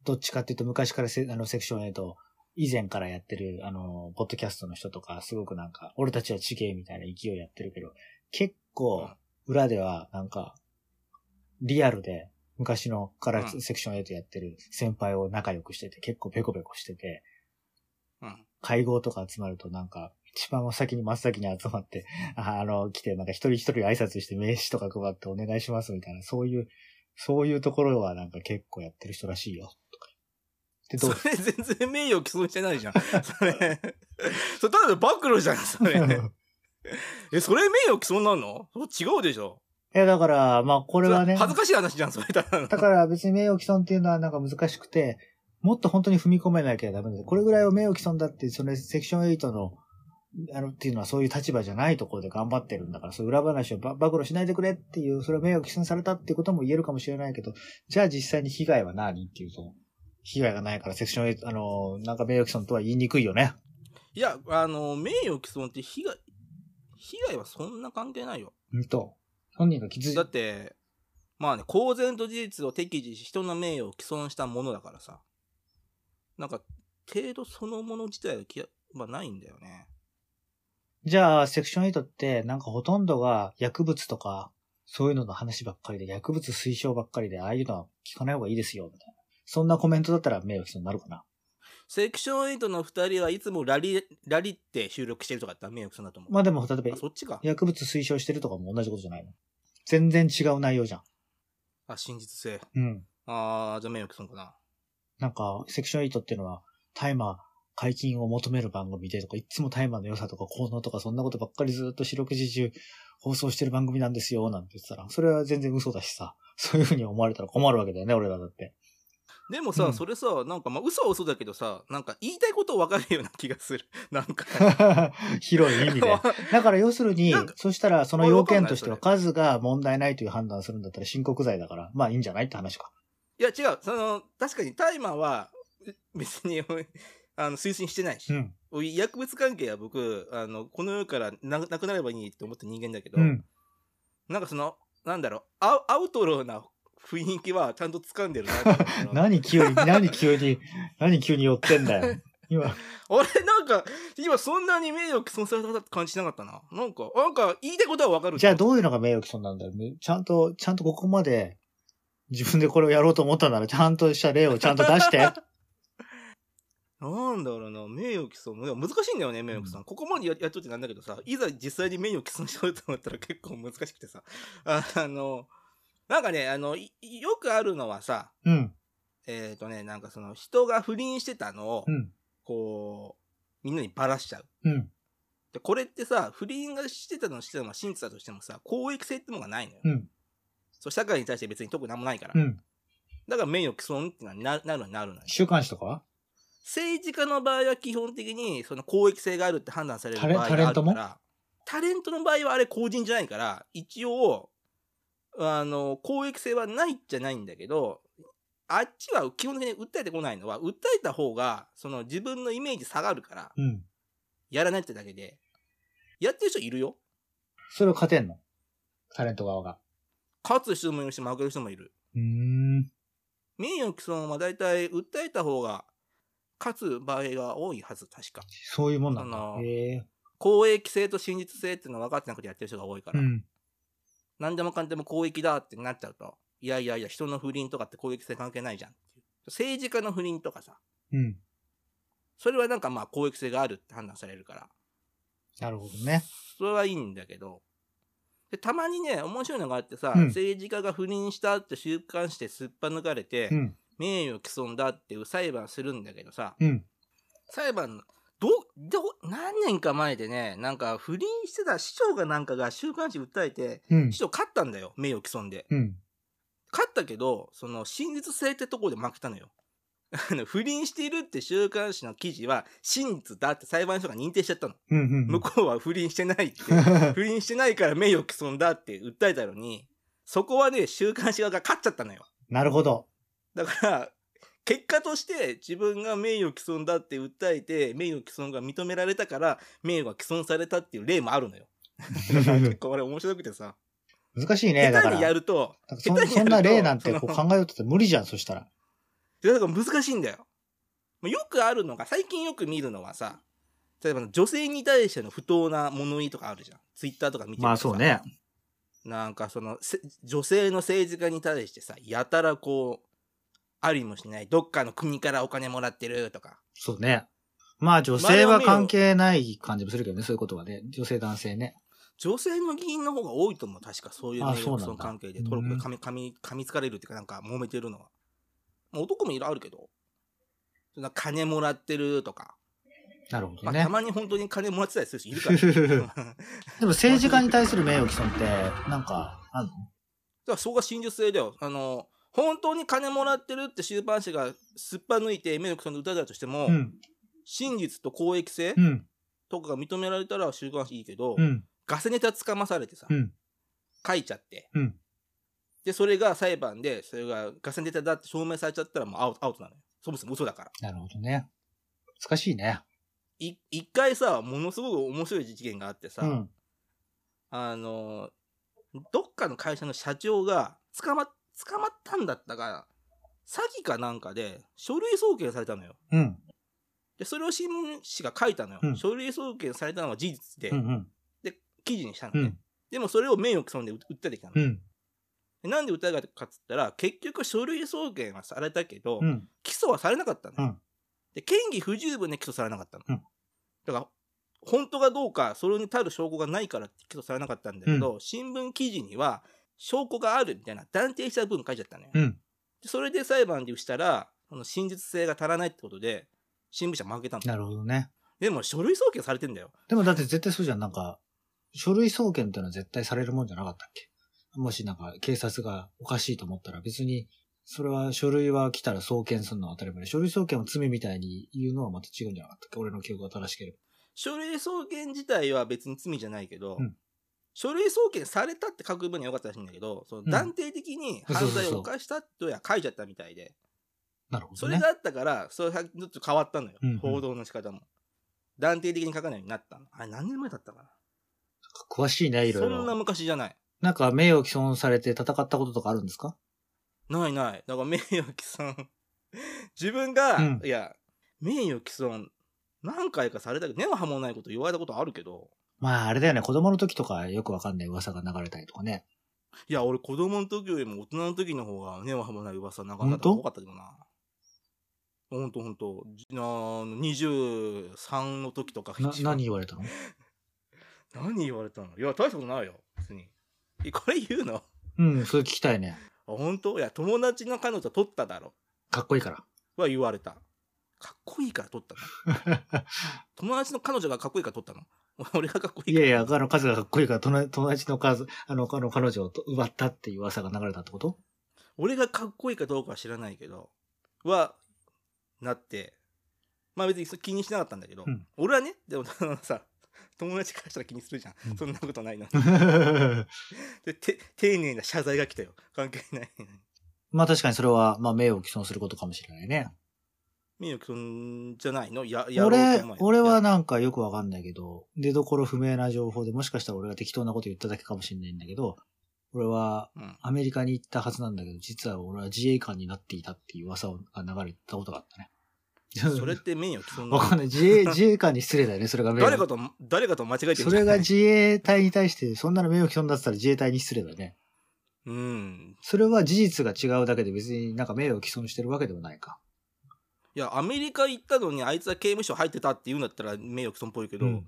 S1: どっちかっていうと昔からセあのセクション8、以前からやってる、あの、ポッドキャストの人とか、すごくなんか、俺たちはちげえみたいな勢いやってるけど、結構、裏では、なんか、リアルで、昔のから
S2: うん
S1: セクション8やってる先輩を仲良くしてて、結構ペコペコしてて、
S2: うん
S1: 会合とか集まるとなんか、一番先に真っ先に集まって、 *laughs* ああの、来て、なんか一人一人挨拶して名刺とか配ってお願いしますみたいな、そういう、そういうところはなんか結構やってる人らしいよ。と
S2: そ
S1: か
S2: れ全
S1: *laughs*
S2: 然名誉毀損してないじゃん。それ。それただの暴露じゃん、
S1: *laughs*
S2: そ
S1: で、ど
S2: れ。
S1: う
S2: え、それ名誉毀損なんのそれ違うでしょ
S1: いや、だから、まあ、こ
S2: こ
S1: れはね、
S2: 恥ずかしい話じゃん、それだから
S1: だから別に名誉毀損っていうのはなんか難しくて、もっと本当に踏み込めなきゃダメです。これぐらいを名誉毀損だって、そのセクション8の、あの、っていうのはそういう立場じゃないところで頑張ってるんだから、そういう裏話をば暴露しないでくれっていう、それは名誉毀損されたっていうことも言えるかもしれないけど、じゃあ実際に被害は何っていうと、被害がないからセクション8、あの、なんか名誉毀損とは言いにくいよね。
S2: いや、あの、名誉毀損って被害、被害はそんな関係ないよ。
S1: うんと。本人が傷
S2: だって、まあね、公然と事実を適時し、人の名誉を毀損したものだからさ。なんか、程度そのもの自体がきや、まあ、ないんだよね。
S1: じゃあ、セクション8って、なんかほとんどが薬物とか、そういうのの話ばっかりで、薬物推奨ばっかりで、ああいうのは聞かない方がいいですよ、みたいな。そんなコメントだったら名誉毀損になるかな。
S2: セクション8の2人はいつもラリ、ラリって収録してるとかだって名誉毀損だと思う。
S1: まあでも、例えば
S2: あ、、そっちか。
S1: 薬物推奨してるとかも同じことじゃないの。全然違う内容じゃん。
S2: あ、真実性。
S1: うん。
S2: あー、じゃあ名誉毀損かな。
S1: なんか、セクション8っていうのは、大麻解禁を求める番組でとか、いつも大麻の良さとか効能とか、そんなことばっかりずっと四六時中放送してる番組なんですよ、なんて言ってたら、それは全然嘘だしさ、そういう風に思われたら困るわけだよね、俺らだって。
S2: でもさ、
S1: うん
S2: それさ、なんか、まあ、嘘は嘘だけどさ、なんか、言いたいこと分かるような気がする。 *laughs* なんか。
S1: 広 *laughs* い意味
S2: *laughs*
S1: で。だから要するに
S2: なんか、
S1: そしたらその要件としては
S2: わ
S1: 数が問題ないという判断するんだったら申告罪だから、まあいいんじゃないって話か。
S2: いや、違う。その、確かに大麻は、う別に、あの、推進してないし
S1: う。ん。
S2: 医薬物関係は僕、あの、この世からななくなればいいって思った人間だけど、
S1: うん。
S2: なんかその、なんだろう、アウアウトローな雰囲気はちゃんと掴んでるなって思うの。
S1: *laughs* 何
S2: *laughs*
S1: 急に、何急に、何急に寄ってんだよ。今、
S2: 俺、なんか、今そんなに名誉毀損された感じしなかったな。なんか、なんか、言いたいことは分かる。
S1: じゃあどういうのが名誉毀損なんだよ。ちゃんと、ちゃんとここまで、自分でこれをやろうと思ったなら、ちゃんとした例をちゃんと出
S2: *laughs*
S1: して。
S2: なんだろうな、名誉毀損。でも難しいんだよね、名誉毀損。ここまでややっといてなんだけどさ、いざ実際に名誉毀損しようと思ったら結構難しくてさ。 *laughs* ああの、なんかね、あの、いよくあるのはさ、
S1: うん。
S2: えっ、とね、なんかその人が不倫してたのを
S1: う、ん。
S2: こう、みんなにばらしちゃう。
S1: うん。
S2: で、これってさ、不倫がしてたのしても真実だとしてもさ、公益性ってものがないのよ。
S1: うん。
S2: そう、社会に対して別に特になんもないから。
S1: うん。
S2: だから名誉毀損ってのはななるのになるのよ。
S1: 週刊誌とかは
S2: 政治家の場合は基本的にその公益性があるって判断される場合があ
S1: タレタレン
S2: る
S1: ト
S2: か
S1: も
S2: らタレントの場合はあれ公人じゃないから一応あの公益性はないじゃないんだけどあっちは基本的に訴えてこないのは訴えた方がその自分のイメージ下がるから
S1: うん。
S2: やらないってだけでやってる人いるよ
S1: それを勝てんのタレント側が。
S2: 勝つ人もいるし負ける人もいる
S1: うーん。
S2: 名誉毀損は大体訴えた方が勝つ場合が多いはず確か
S1: そういうもんなん
S2: あ
S1: だ。
S2: の
S1: へえ。
S2: 公益性と真実性っていうのは分かってなくてやってる人が多いから、
S1: うん。
S2: 何でもかんでも公益だってなっちゃうと、いやいやいや、人の不倫とかって公益性関係ないじゃんっていう。政治家の不倫とかさ、
S1: うん。
S2: それはなんかまあ公益性があるって判断されるから、
S1: なるほどね。
S2: それはいいんだけど、でたまにね、面白いのがあってさ、
S1: うん
S2: 政治家が不倫したって週刊誌ですっぱ抜かれて、
S1: うん。
S2: 名誉毀損だっていう裁判するんだけどさ、
S1: うん。
S2: 裁判、ど、ど、何年か前でね、なんか不倫してた市長がなんかが週刊誌訴えて、
S1: うん
S2: 市。長勝ったんだよ、名誉毀損で。
S1: うん。
S2: 勝ったけど、その真実性ってとこで負けたのよ。あの不倫しているって週刊誌の記事は真実だって裁判所が認定しちゃったの。
S1: うん。うん
S2: 向こうは不倫してな
S1: *laughs*
S2: いって。不倫してないから名誉毀損だって訴えたのに、そこはね、週刊誌側が勝っちゃったのよ。
S1: なるほ *laughs* ど。
S2: だから、結果として自分が名誉毀損だって訴えて、名誉毀損が認められたから、名誉が毀損されたっていう例もあるのよ。だから結構あれ面白くてさ。
S1: 難しいね、だ
S2: 下
S1: か
S2: 手に
S1: ら。
S2: やると、
S1: そん
S2: 下手にやると
S1: そんな例なんて
S2: その
S1: こう考えようとって無理じ *laughs* ゃん、そしたら。
S2: でだから難しいんだよ。まあよくあるのが、最近よく見るのはさ、例えば女性に対しての不当な物言いとかあるじゃん。ツイッターとか見てるとさ。。なんかその、せ女性の政治家に対してさ、やたらこう、ありもしない、どっかの国からお金もらってるとか。
S1: そうね。まあ女性は関係ない感じもするけどね、そういうことはね。女性男性ね。
S2: 女性の議員の方が多いと思う、確か。そういう
S1: あ
S2: ね、
S1: そうなんだ
S2: その関係で、トルコで噛み、噛み、噛みつかれるっていうか、なんか揉めてるのは。まあ男もいろいろあるけど。そんな金もらってるとか。
S1: なるほど
S2: まあ、
S1: ね
S2: た。まに本当に金もらってたりする人いるか
S1: *laughs*
S2: ら、ね、
S1: でも政治家に対する名誉毀損って、なんか、あんの
S2: だからそこが真実性だよ。あの、本当に金もらってるって週刊誌がすっぱ抜いて名誉毀損で疑うとしても、
S1: うん。
S2: 真実と公益性
S1: うん。
S2: とかが認められたら週刊誌いいけど、
S1: うん。
S2: ガセネタつかまされてさ、
S1: うん
S2: 書いちゃって、
S1: うん
S2: で、それが裁判で、それがガセネタだって証明されちゃったらもうアウトアウトなのよ。そもそも嘘だから。
S1: なるほどね。難しいね。
S2: い一回さ、ものすごく面白い事件があってさ、
S1: うん。
S2: あの、どっかの会社の社長が捕ま、捕まったんだったか、詐欺かなんかで書類送検されたのよ。
S1: うん。
S2: で、それを新聞紙が書いたのよ。
S1: うん
S2: 書類送検されたのは事実で、
S1: うん。うん。
S2: 記事にしたの
S1: う
S2: ね。
S1: ん。
S2: でもそれを名誉毀損で訴えてきたの。
S1: うん。
S2: でなんで訴えたかっつったら、結局書類送検はされたけど、
S1: うん。
S2: 起訴はされなかったのよ。
S1: うん
S2: で、嫌疑不十分で起訴されなかったの。
S1: うん
S2: だから、本当かどうか、それに足る証拠がないからって起訴されなかったんだけど、新聞記事には、証拠があるみたいな断定した分書いちゃったのよ。
S1: うん。
S2: でそれで裁判でしたら、その真実性が足らないってことで、新聞社負けたの。
S1: なるほどね。
S2: でも書類送検されてんだよ。
S1: でもだって絶対そうじゃん。なんか、書類送検ってのは絶対されるもんじゃなかったっけもしなんか警察がおかしいと思ったら別に、それは書類は来たら送検するのは当たり前で、書類送検を罪みたいに言うのはまた違うんじゃなかったっけ俺の記憶が正しければ。
S2: 書類送検自体は別に罪じゃないけど、
S1: うん
S2: 書類送検されたって書く分にはよかったらしいんだけど、その
S1: うん
S2: 断定的に犯罪を犯したとや書いちゃったみたいで、
S1: なるほ
S2: そ
S1: ど
S2: れ
S1: ね。
S2: があったから、それがちょっと変わったのよ、
S1: うんうん
S2: 報道の仕方も。断定的に書かないようになったの。あれ何年前だったかな
S1: 詳しいね、いろい
S2: そんな
S1: ろ。
S2: 昔じゃない。
S1: なんか名誉毀損されて戦ったこととかあるんですか
S2: ないない。だから名誉毀損。 *laughs* 自分が、
S1: うん
S2: いや、名誉毀損、何回かされたけど、根は葉もないこと言われたことあるけど、
S1: まああれだよね、子供の時とかよくわかんない噂が流れたりとかね。
S2: いや、俺子供の時よりも大人の時の方が根は葉もない噂な
S1: ほ
S2: かなんか
S1: と
S2: 多かったけどな。ほんとほんと。じあの23の時とか。
S1: な、何言われたの
S2: 何言われたのいや、大したことないよ。別に。えこれ言うのあ、
S1: うん、それ聞きたいね。
S2: ほんといや、友達の彼女取っただろ。
S1: かっこいいから。
S2: は言われた。かっこいいから取ったの。 *laughs* 友達の彼女がかっこいいから取ったの。俺がかっこいい
S1: い
S2: か
S1: や
S2: ら。
S1: いや、あの、数がかっこいいから、友友達の数、あの、あの彼女をと奪ったっていう噂が流れたってこと *laughs*
S2: 俺がかっこいいかどうかは知らないけど、は、なって、まあ別にそれ気にしなかったんだけど、
S1: うん
S2: 俺はね、でもあのさ、友達からしたら気にするじゃん。
S1: うん
S2: そんなことないのに。
S1: ま
S2: で、て、丁寧な謝罪が来たよ。関係ないのに。
S1: あ確かにそれは、まあ名誉を毀損することかもしれないね。
S2: ミルクんじゃないのや、やろう
S1: 俺
S2: と思え、ば
S1: 俺は
S2: や
S1: なんかよくわかんないけど、出所不明な情報でもしかしたら俺が適当なこと言っただけかもしれないんだけど、俺は
S2: うん。
S1: アメリカに行ったはずなんだけど、実は俺は自衛官になっていたっていう噂が流れたことがあったね。
S2: それって名誉毀
S1: *laughs*
S2: 損
S1: わかんない。自衛、自衛官に失礼だよね、それが名誉
S2: 誰かと、誰かと間違えてるんじゃ
S1: そ
S2: ない
S1: れが自衛隊に対して、そんなの名誉毀損だってたら自衛隊に失礼だよね。
S2: うん。
S1: それは事実が違うだけで別になんか名誉を毀損してるわけでもないか。
S2: いや、アメリカ行ったのにあいつは刑務所入ってたって言うんだったら名誉毀損っぽいけど、
S1: うん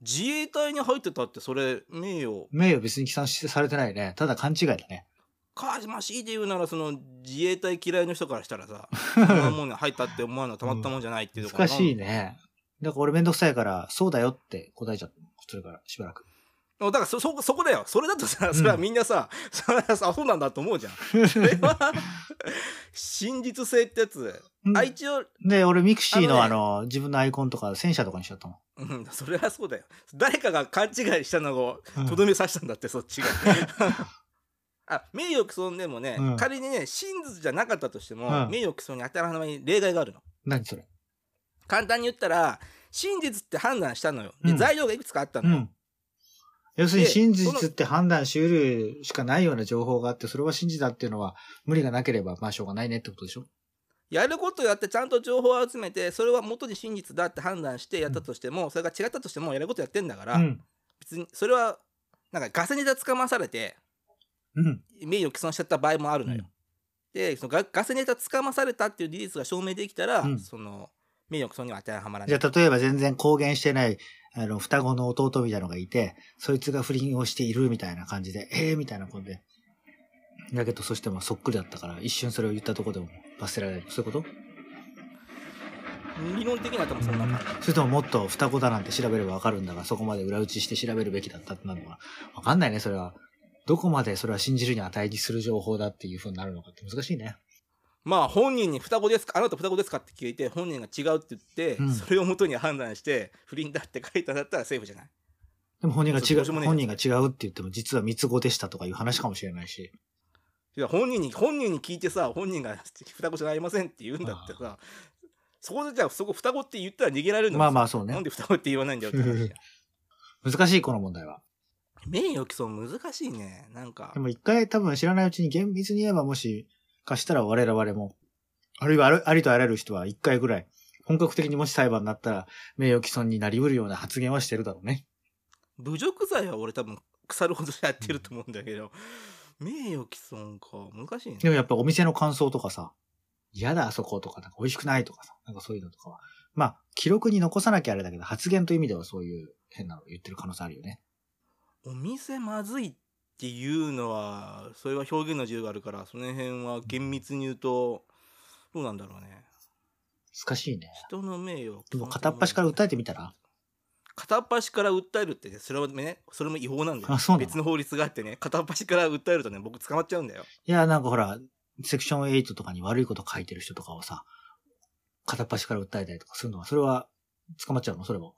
S2: 自衛隊に入ってたってそれ名誉、
S1: 名誉別に毀損しされてないね。ただ勘違いだね。
S2: かましいで言うならその自衛隊嫌いの人からしたら
S1: *laughs*
S2: さ、そんなもんに入ったって思わんのはたまったもんじゃないっていうところ
S1: 難しいね。だから俺めんどくさいから、そうだよって答えちゃった。それからしばらく。
S2: だからそ、そ、そこだよ。それだとさ、
S1: ん
S2: それはみんなさ、それはさ、あそうなんだと思うじゃん。それ
S1: *laughs*
S2: は、真実性ってやつ。あ、一応、
S1: で、俺ミクシーのあ
S2: あの
S1: の、自分のアイコンとか戦車とかにしちゃったもん。
S2: うん、それはそうだよ。誰かが勘違いしたのを
S1: うん
S2: とどめさしたんだって、そっ
S1: *laughs*
S2: ちが。あ名誉毀損でもね、
S1: うん
S2: 仮にね真実じゃなかったとしても、
S1: うん
S2: 名誉毀損に当たらない例外があるの
S1: 何それ
S2: 簡単に言ったら真実って判断したのよで、
S1: うん
S2: 材料がいくつかあった
S1: う
S2: のよ、
S1: ん。要するに
S2: で
S1: 真実って判断し得るしかないような情報があって、それは真実だっていうのは無理がなければ、まあしょうがないねってことでしょ
S2: やることをやってちゃんと情報を集めてそれは元に真実だって判断してやったとしても、それが違ったとしてもやることやってんだから、
S1: うん。
S2: 別にそれはなんかガセネタつかまされて
S1: うん。
S2: 名誉毀損しちゃった場合もあるのよ、でそのガガセネタつかまされたっていう事実が証明できたら、
S1: うん
S2: その名誉毀損には当てはまらな
S1: じ
S2: い
S1: ゃあ、例えば全然公言してない、あの、双子の弟みたいなのがいて、そいつが不倫をしているみたいな感じで、ええー、みたいなことで。だけど、そしてもそっくりだったから、一瞬それを言ったとこでも罰せられる。そういうこと
S2: 理論的には多分そんな感じ。
S1: それとももっと双子だなんて調べればわかるんだが、そこまで裏打ちして調べるべきだったってなるのは、わかんないね、それは。どこまでそれは信じるに値する情報だっていう風になるのかって難しいね。
S2: まあ本人に双子ですかあなた双子ですかって聞いて本人が違うって言って、
S1: うん
S2: それを元に判断して不倫だって書いたんだったらセーフじゃない
S1: でも本人が違
S2: ど
S1: う、
S2: うしようもねえ
S1: 本人が違うって言っても実は三つ子でしたとかいう話かもしれないし。
S2: いや本人に本人に聞いてさ本人が双子じゃありませんって言うんだってさそこでじゃあそこ双子って言ったら逃げられるの
S1: まあまあそう
S2: なん
S1: ね。
S2: で双子って言わないんだよって
S1: *laughs*
S2: 話じゃ
S1: 難しい、この問題は。
S2: ん名誉毀損難しいねなんか
S1: でも一回多分知らないうちに厳密に言えばもしかしたら我々も、あるいはあるありとあらゆる人は一回ぐらい、本格的にもし裁判になったら名誉毀損になりうるような発言はしてるだろうね。
S2: 侮辱罪は俺多分腐るほどやってると思うんだけど、名誉毀損か難しいね
S1: でもやっぱお店の感想とかさ、嫌だあそことか、なんか美味しくないとかさ、なんかそういうのとかは。まあ、記録に残さなきゃあれだけど、発言という意味ではそういう変なの言ってる可能性あるよね。
S2: お店まずいっていうのはそれは表現の自由があるからその辺は厳密に言うとどうなんだろうね
S1: 難しいね。
S2: 人の名誉
S1: でも片っ端から訴えてみたら
S2: 片っ端から訴えるってねそれはねそれも違法なんだよ
S1: あそうなの
S2: 別の法律があってね片っ端から訴えるとね僕捕まっちゃうんだよ
S1: いや、なんかほら、セクション8とかに悪いこと書いてる人とかをさ、片っ端から訴えたりとかするのは、それは捕まっちゃうのそれも。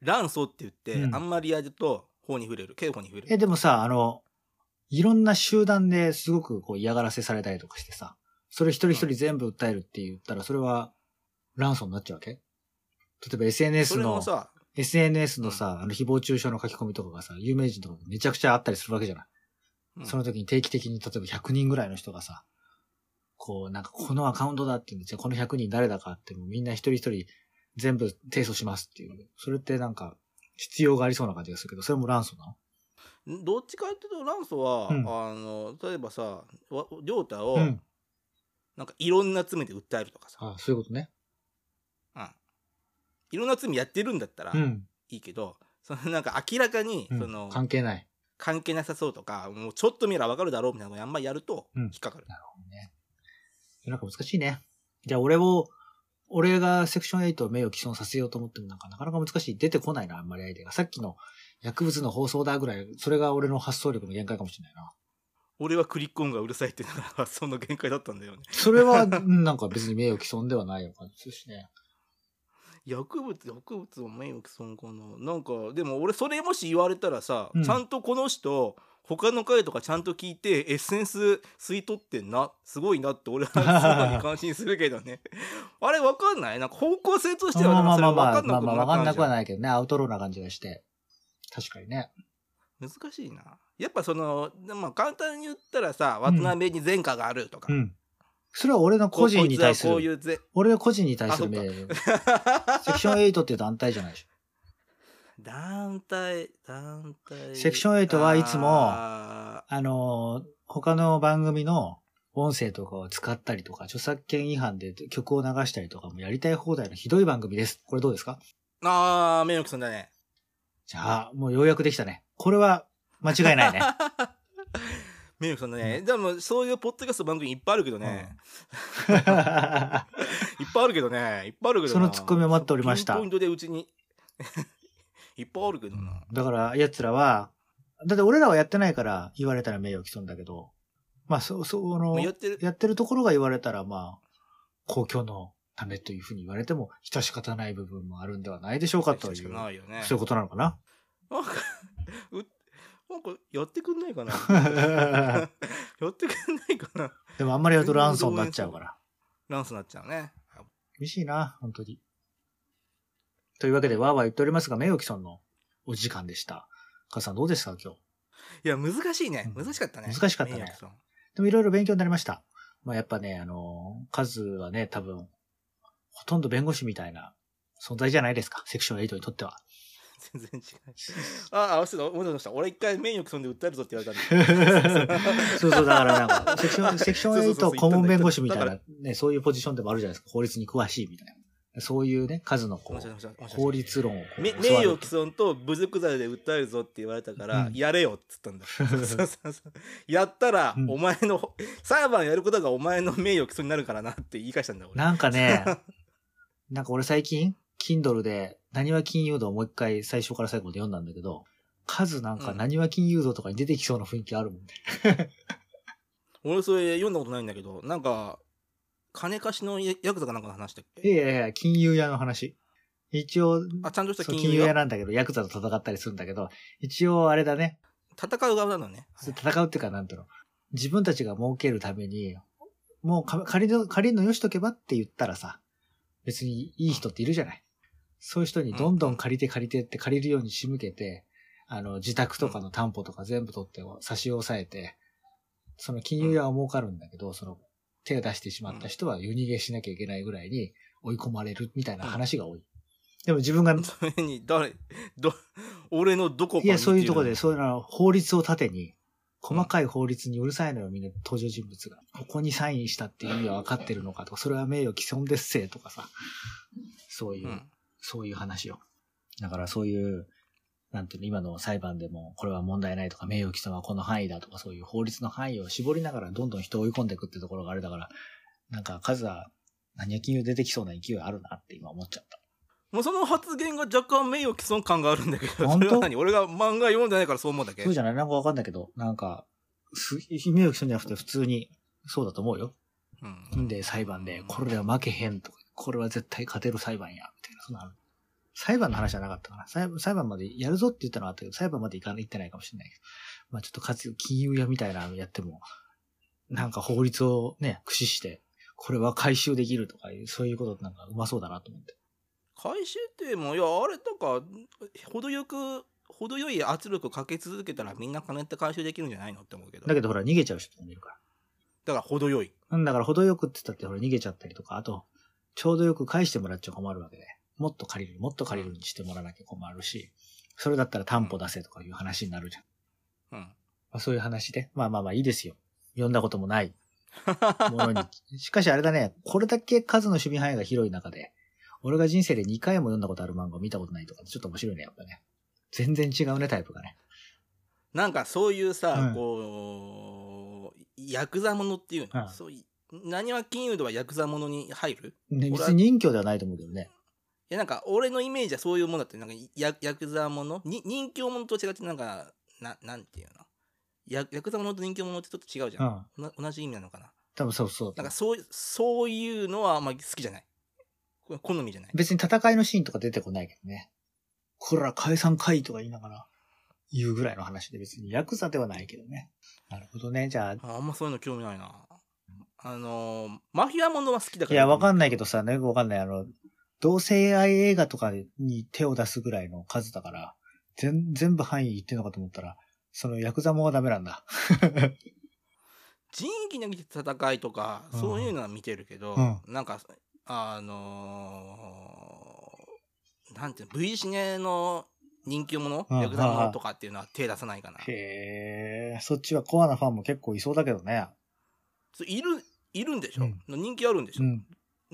S2: 乱訴って言って、
S1: うん
S2: あんまりやると法に触れる刑法に触れ
S1: え、
S2: る
S1: でもさ、あの、いろんな集団ですごくこう嫌がらせされたりとかしてさ、それ一人一人全部訴えるって言ったら、それは乱訴になっちゃうわけ例えば SNS
S2: それも
S1: の、
S2: さ
S1: SNS のさ、あの誹謗中傷の書き込みとかがさ、有名人とかめちゃくちゃあったりするわけじゃない
S2: うん
S1: その時に定期的に例えば100人ぐらいの人がさ、こうなんかこのアカウントだって言うんで、じゃあこの100人誰だかってもうみんな一人一人全部提訴しますっていう。それってなんか必要がありそうな感じがするけど、それも乱訴なの
S2: どっちかっていうと乱訴は、
S1: うん
S2: あの例えばさわ亮太を、
S1: うん。
S2: なんかいろんな罪で訴えるとかさ、
S1: あそういうことね。
S2: うん、いろんな罪やってるんだったら
S1: うん。
S2: いいけど、そのなんか明らかに
S1: うん
S2: その
S1: 関係ない。
S2: 関係なさそうとか、もうちょっと見ればわかるだろうみたいなのをあんまりやると
S1: うん
S2: 引っかかる。
S1: なんか難しいね。じゃあ俺を、俺がセクション8を名誉毀損させようと思ってもなんかなかなか難しい。出てこないな、あんまりアイデアが。さっきの薬物の放送だぐらい、それが俺の発想力の限界かもしれないな。
S2: 俺はクリック音がうるさいっていうのがその限界だったんだよね。
S1: それは、うんなんか別に名誉毀損ではないような感じするしね。
S2: 薬物、薬物を名誉毀損かな。なんか、でも俺それもし言われたらさ、
S1: うん
S2: ちゃんとこの人、他の回とかちゃんと聞いてエッセンス吸い取ってんなすごいなって俺は *laughs* そこに感心するけどね *laughs* あれわかんないなんか方向性としては
S1: まあ
S2: なん
S1: ま
S2: か
S1: あ
S2: そ
S1: ま
S2: れ
S1: あま
S2: はわ
S1: あ、
S2: か
S1: まあまあわ
S2: んなくもなく
S1: かんな
S2: なるじ
S1: く
S2: ゃ
S1: は
S2: ん
S1: ないけどね、アウトローな感じがして。確かにね。
S2: 難しいなやっぱそのでもまあ簡単に言ったらさ渡辺に前科があるとか、
S1: ん。それは俺の
S2: こ
S1: 個人に対す
S2: こいつはこうい
S1: る、
S2: うぜ *laughs*
S1: 俺の個人に対する
S2: あそ
S1: 命
S2: っか
S1: 令。セクション8っていう団体じゃないでしょ。
S2: 団体団体
S1: セクション8はいつも
S2: あ
S1: あのー他の番組の音声とかを使ったりとか、著作権違反で曲を流したりとかもやりたい放題のひどい番組です。これどうですか
S2: ーあー名誉毀損だね
S1: じゃあ、もうようやくできたね。これは間違いないね。
S2: *laughs* 名誉毀損だね、でもそういうポッドキャスト番組いっぱいあるけどね、いっぱいあるけどねいっぱいあるけどな
S1: そのツッコミを待っておりました
S2: ピンポイントでうちに *laughs* いっぱいあるけどな、
S1: だから、奴らは、だって俺らはやってないから言われたら名誉毀損だけど、まあ、そう、そう、あの
S2: もう、やってる
S1: やってるところが言われたら、まあ、公共のためというふうに言われても、致し方ない部分もあるんではないでしょうかという、
S2: し
S1: そ
S2: か
S1: う
S2: ないよね
S1: いうことなのかな。
S2: なんか、うなんかやってくんな
S1: *laughs*
S2: いかなやってくんないかな
S1: でもあんまりやると乱走になっちゃうから。
S2: ランスになっちゃうね。
S1: 厳しいな、本当に。というわけで、わーわー言っておりますが、名誉毀損のお時間でした。母さんどうでした今日。
S2: いや、難しいね。
S1: うん
S2: 難しかったね。
S1: 難しかったね
S2: 名誉毀損
S1: でもいろいろ勉強になりました。まあやっぱね、あのー数はね、多分、ほとんど弁護士みたいな存在じゃないですか。セクション8にと
S2: *laughs*
S1: っては。
S2: 全然違う。 *laughs* あ、あ、忘れた。思い出しました。俺一回名誉毀損で訴えるぞって言われたんだ
S1: *laughs* そうそう、だからなんか、セクシ
S2: *laughs*
S1: ョン、セクション
S2: そうそう
S1: 8
S2: そう
S1: と顧問弁護士みたい
S2: だ
S1: な、ね、そういうポジションでもあるじゃないですか。法律に詳しいみたいな。そういうね、数のこ、
S2: 面白いう面白い面白い
S1: 法律論をこう
S2: め名
S1: 教わる
S2: 誉毀損と侮辱罪で訴えるぞって言われたから、
S1: うん
S2: やれよっつったんだそ
S1: *laughs*
S2: うそうそうそうやったら、
S1: うん
S2: お前の *laughs* 裁判やることがお前の名誉毀損になるからなって言い返したんだ俺
S1: なんかね、なんか俺最近、Kindle で、何は金融道をもう一回最初から最後まで読んだんだけど、数なんか
S2: うん
S1: 何は金融道とかに出てきそうな雰囲気あるもんね。
S2: 俺それ読んだことないんだけどなんか金貸しのヤヤクザかなんかの話だっ
S1: い
S2: け
S1: やいやいや、金融屋の話。一応、
S2: あちゃんとした
S1: そう
S2: 金
S1: 金
S2: 融
S1: 融屋
S2: 屋
S1: なんだけど、ヤクザと戦ったりするんだけど、一応あれだね、
S2: 戦う側なのね
S1: 戦うっていうか、なんていうの、自分たちが儲けるために、もうか借りの、借りるのよしとけばって言ったらさ、別にいい人っているじゃない。そういう人にどんどん借りて借りてって借りるように仕向けて、あの、自宅とかの担保とか全部取って差し押さえて、その金融屋は儲かるんだけど、その手を出してしまった人は夜逃げしなきゃいけないぐらいに追い込まれるみたいな話が多い。でも自分が
S2: それに誰ど俺のどこか
S1: いや、そういうところで、
S2: す
S1: そういうのは法律を盾に、細かい法律にうるさいのよ、みんな登場人物が。ここにサインしたって意味は分かってるのかとか、それは名誉毀損ですせとかさ。そういう、そういう話よ。だからそういう、なんていうの、今の裁判でも、これは問題ないとか、名誉毀損はこの範囲だとか、そういう法律の範囲を絞りながら、どんどん人を追い込んでいくってところがあれだから、なんか数は、何や金融出てきそうな勢いあるなって今思っちゃった。
S2: もうその発言が若干名誉毀損感があるんだけど、
S1: 本当
S2: それは何俺が漫画読んでないからそう思うんだけ
S1: そうじゃないなんかわかんないけど、なんか、す、名誉毀損じゃなくて普通に、そうだと思うよ。
S2: うん、
S1: で、裁判で、これでは負けへんとか、これは絶対勝てる裁判や、みたいな、そんなのある。裁判の話じゃなかったかな。裁裁判までやるぞって言ったのはあったけど、裁判まで行か行ってないかもしれないけど。まあちょっとかつ、金融屋みたいなのやっても、なんか法律をね、駆使して、これは回収できるとかいう、そういうことってなんかうまそうだなと思って。
S2: 回収ってもういやあれとか程よく程よい圧力かけ続けたらみんな金って回収できるんじゃないのって思うけど
S1: だけどほら、逃げちゃう人もいるから。
S2: だから程よい
S1: うん、だから程よくって言ったって、ほら逃げちゃったりとか、あと、ちょうどよく返してもらっちゃ困るわけで、もっと借りる、もっと借りるにしてもらわなきゃ困るし、それだったら担保出せとかいう話になるじゃん。
S2: うん *laughs*
S1: まあ、そういう話で、まあまあまあいいですよ。読んだこともないものに。 *laughs* しかしあれだね、これだけ数の守備範囲が広い中で、俺が人生で2回も読んだことある漫画を見たことないとか、ちょっと面白いね、やっぱね。全然違うね、タイプがね。
S2: なんかそういうさ、
S1: うん
S2: こうヤクザものっていうの、
S1: うん
S2: そうい何は金融ではヤクザものに入る
S1: ね
S2: 俺は
S1: 別に任侠ではないと思うけどね。
S2: いやなんか俺のイメージはそういうものだってなんかヤヤクザものに人気者と違ってなんかななんていうのヤヤクザものと人気者ってちょっと違うじゃ、
S1: うんん。
S2: な同じ意味なのかな
S1: 多分そうそう。
S2: なんかそういそういうのはあんまり好きじゃないこ好みじゃない
S1: 別に戦いのシーンとか出てこないけどね。こら、解散かいとか言いながら、言うぐらいの話で別にヤクザではないけどね。なるほどね。じゃあ、
S2: ああんまそういうの興味ないなあのーマフィアものは好きだか
S1: い
S2: ら
S1: や、わかんないいけどさ、なんかわかんない。あの、同性愛映画とかに手を出すぐらいの数だから、全、全部範囲言ってんのかと思ったら、そのヤクザもはダメなんだ。
S2: 人気なき戦いとか、
S1: うん
S2: そういうのは見てるけど、
S1: う
S2: なんかあのーなんていうの V シネの人気者、
S1: うん
S2: ヤクザものとかっていうのは手出さないかな、
S1: へえ、そっちはコアなファンも結構いそうだけどね。
S2: そういるいるんでしょ、
S1: うん
S2: 人気あるんでし
S1: う
S2: ょ、
S1: ん。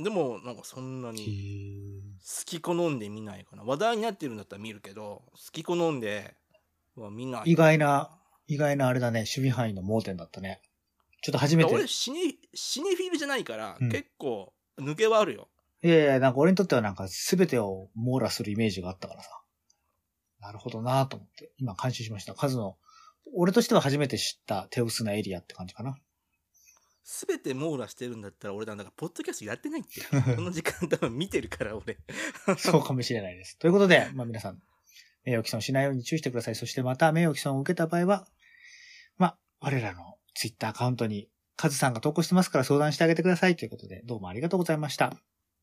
S2: でもなんかそんな
S1: へ
S2: に
S1: え
S2: 好き好んで見ないかな話題になってるんだったら見るけど好き好んでは見ない
S1: 意外な意外なあれだね、守備範囲の盲点だったね。ちょっと初めて。
S2: 俺シネシネフィルじゃないから、
S1: うん
S2: 結構抜けはあるよ
S1: いやいや、なんか俺にとってはなんか全てを網羅するイメージがあったからさ。なるほどなぁと思って、今感心しました。数の、俺としては初めて知った手薄なエリアって感じかな。
S2: 全て網羅してるんだったら俺なんかポッドキャストやってないって *laughs* この時間多分見てるから俺
S1: そうかもしれないです。ということで、まあ皆さん、名誉毀損しないように注意してください。そしてまた名誉毀損を受けた場合は、まあ、我らのツイッターアカウントに、カズさんが投稿してますから相談してあげてくださいということで、どうもありがとうございました。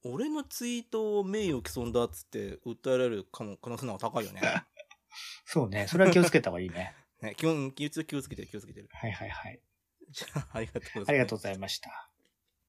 S2: 俺のツイートを名誉毀損だっつって訴えられるかも可能性の方が高いよね *laughs*
S1: そうね、それは気をつけた方がいいね。
S2: ね気を気を気をつけてる気をつけてる
S1: はいはいはい。
S2: じゃあありがとうございます
S1: ありがとうございました。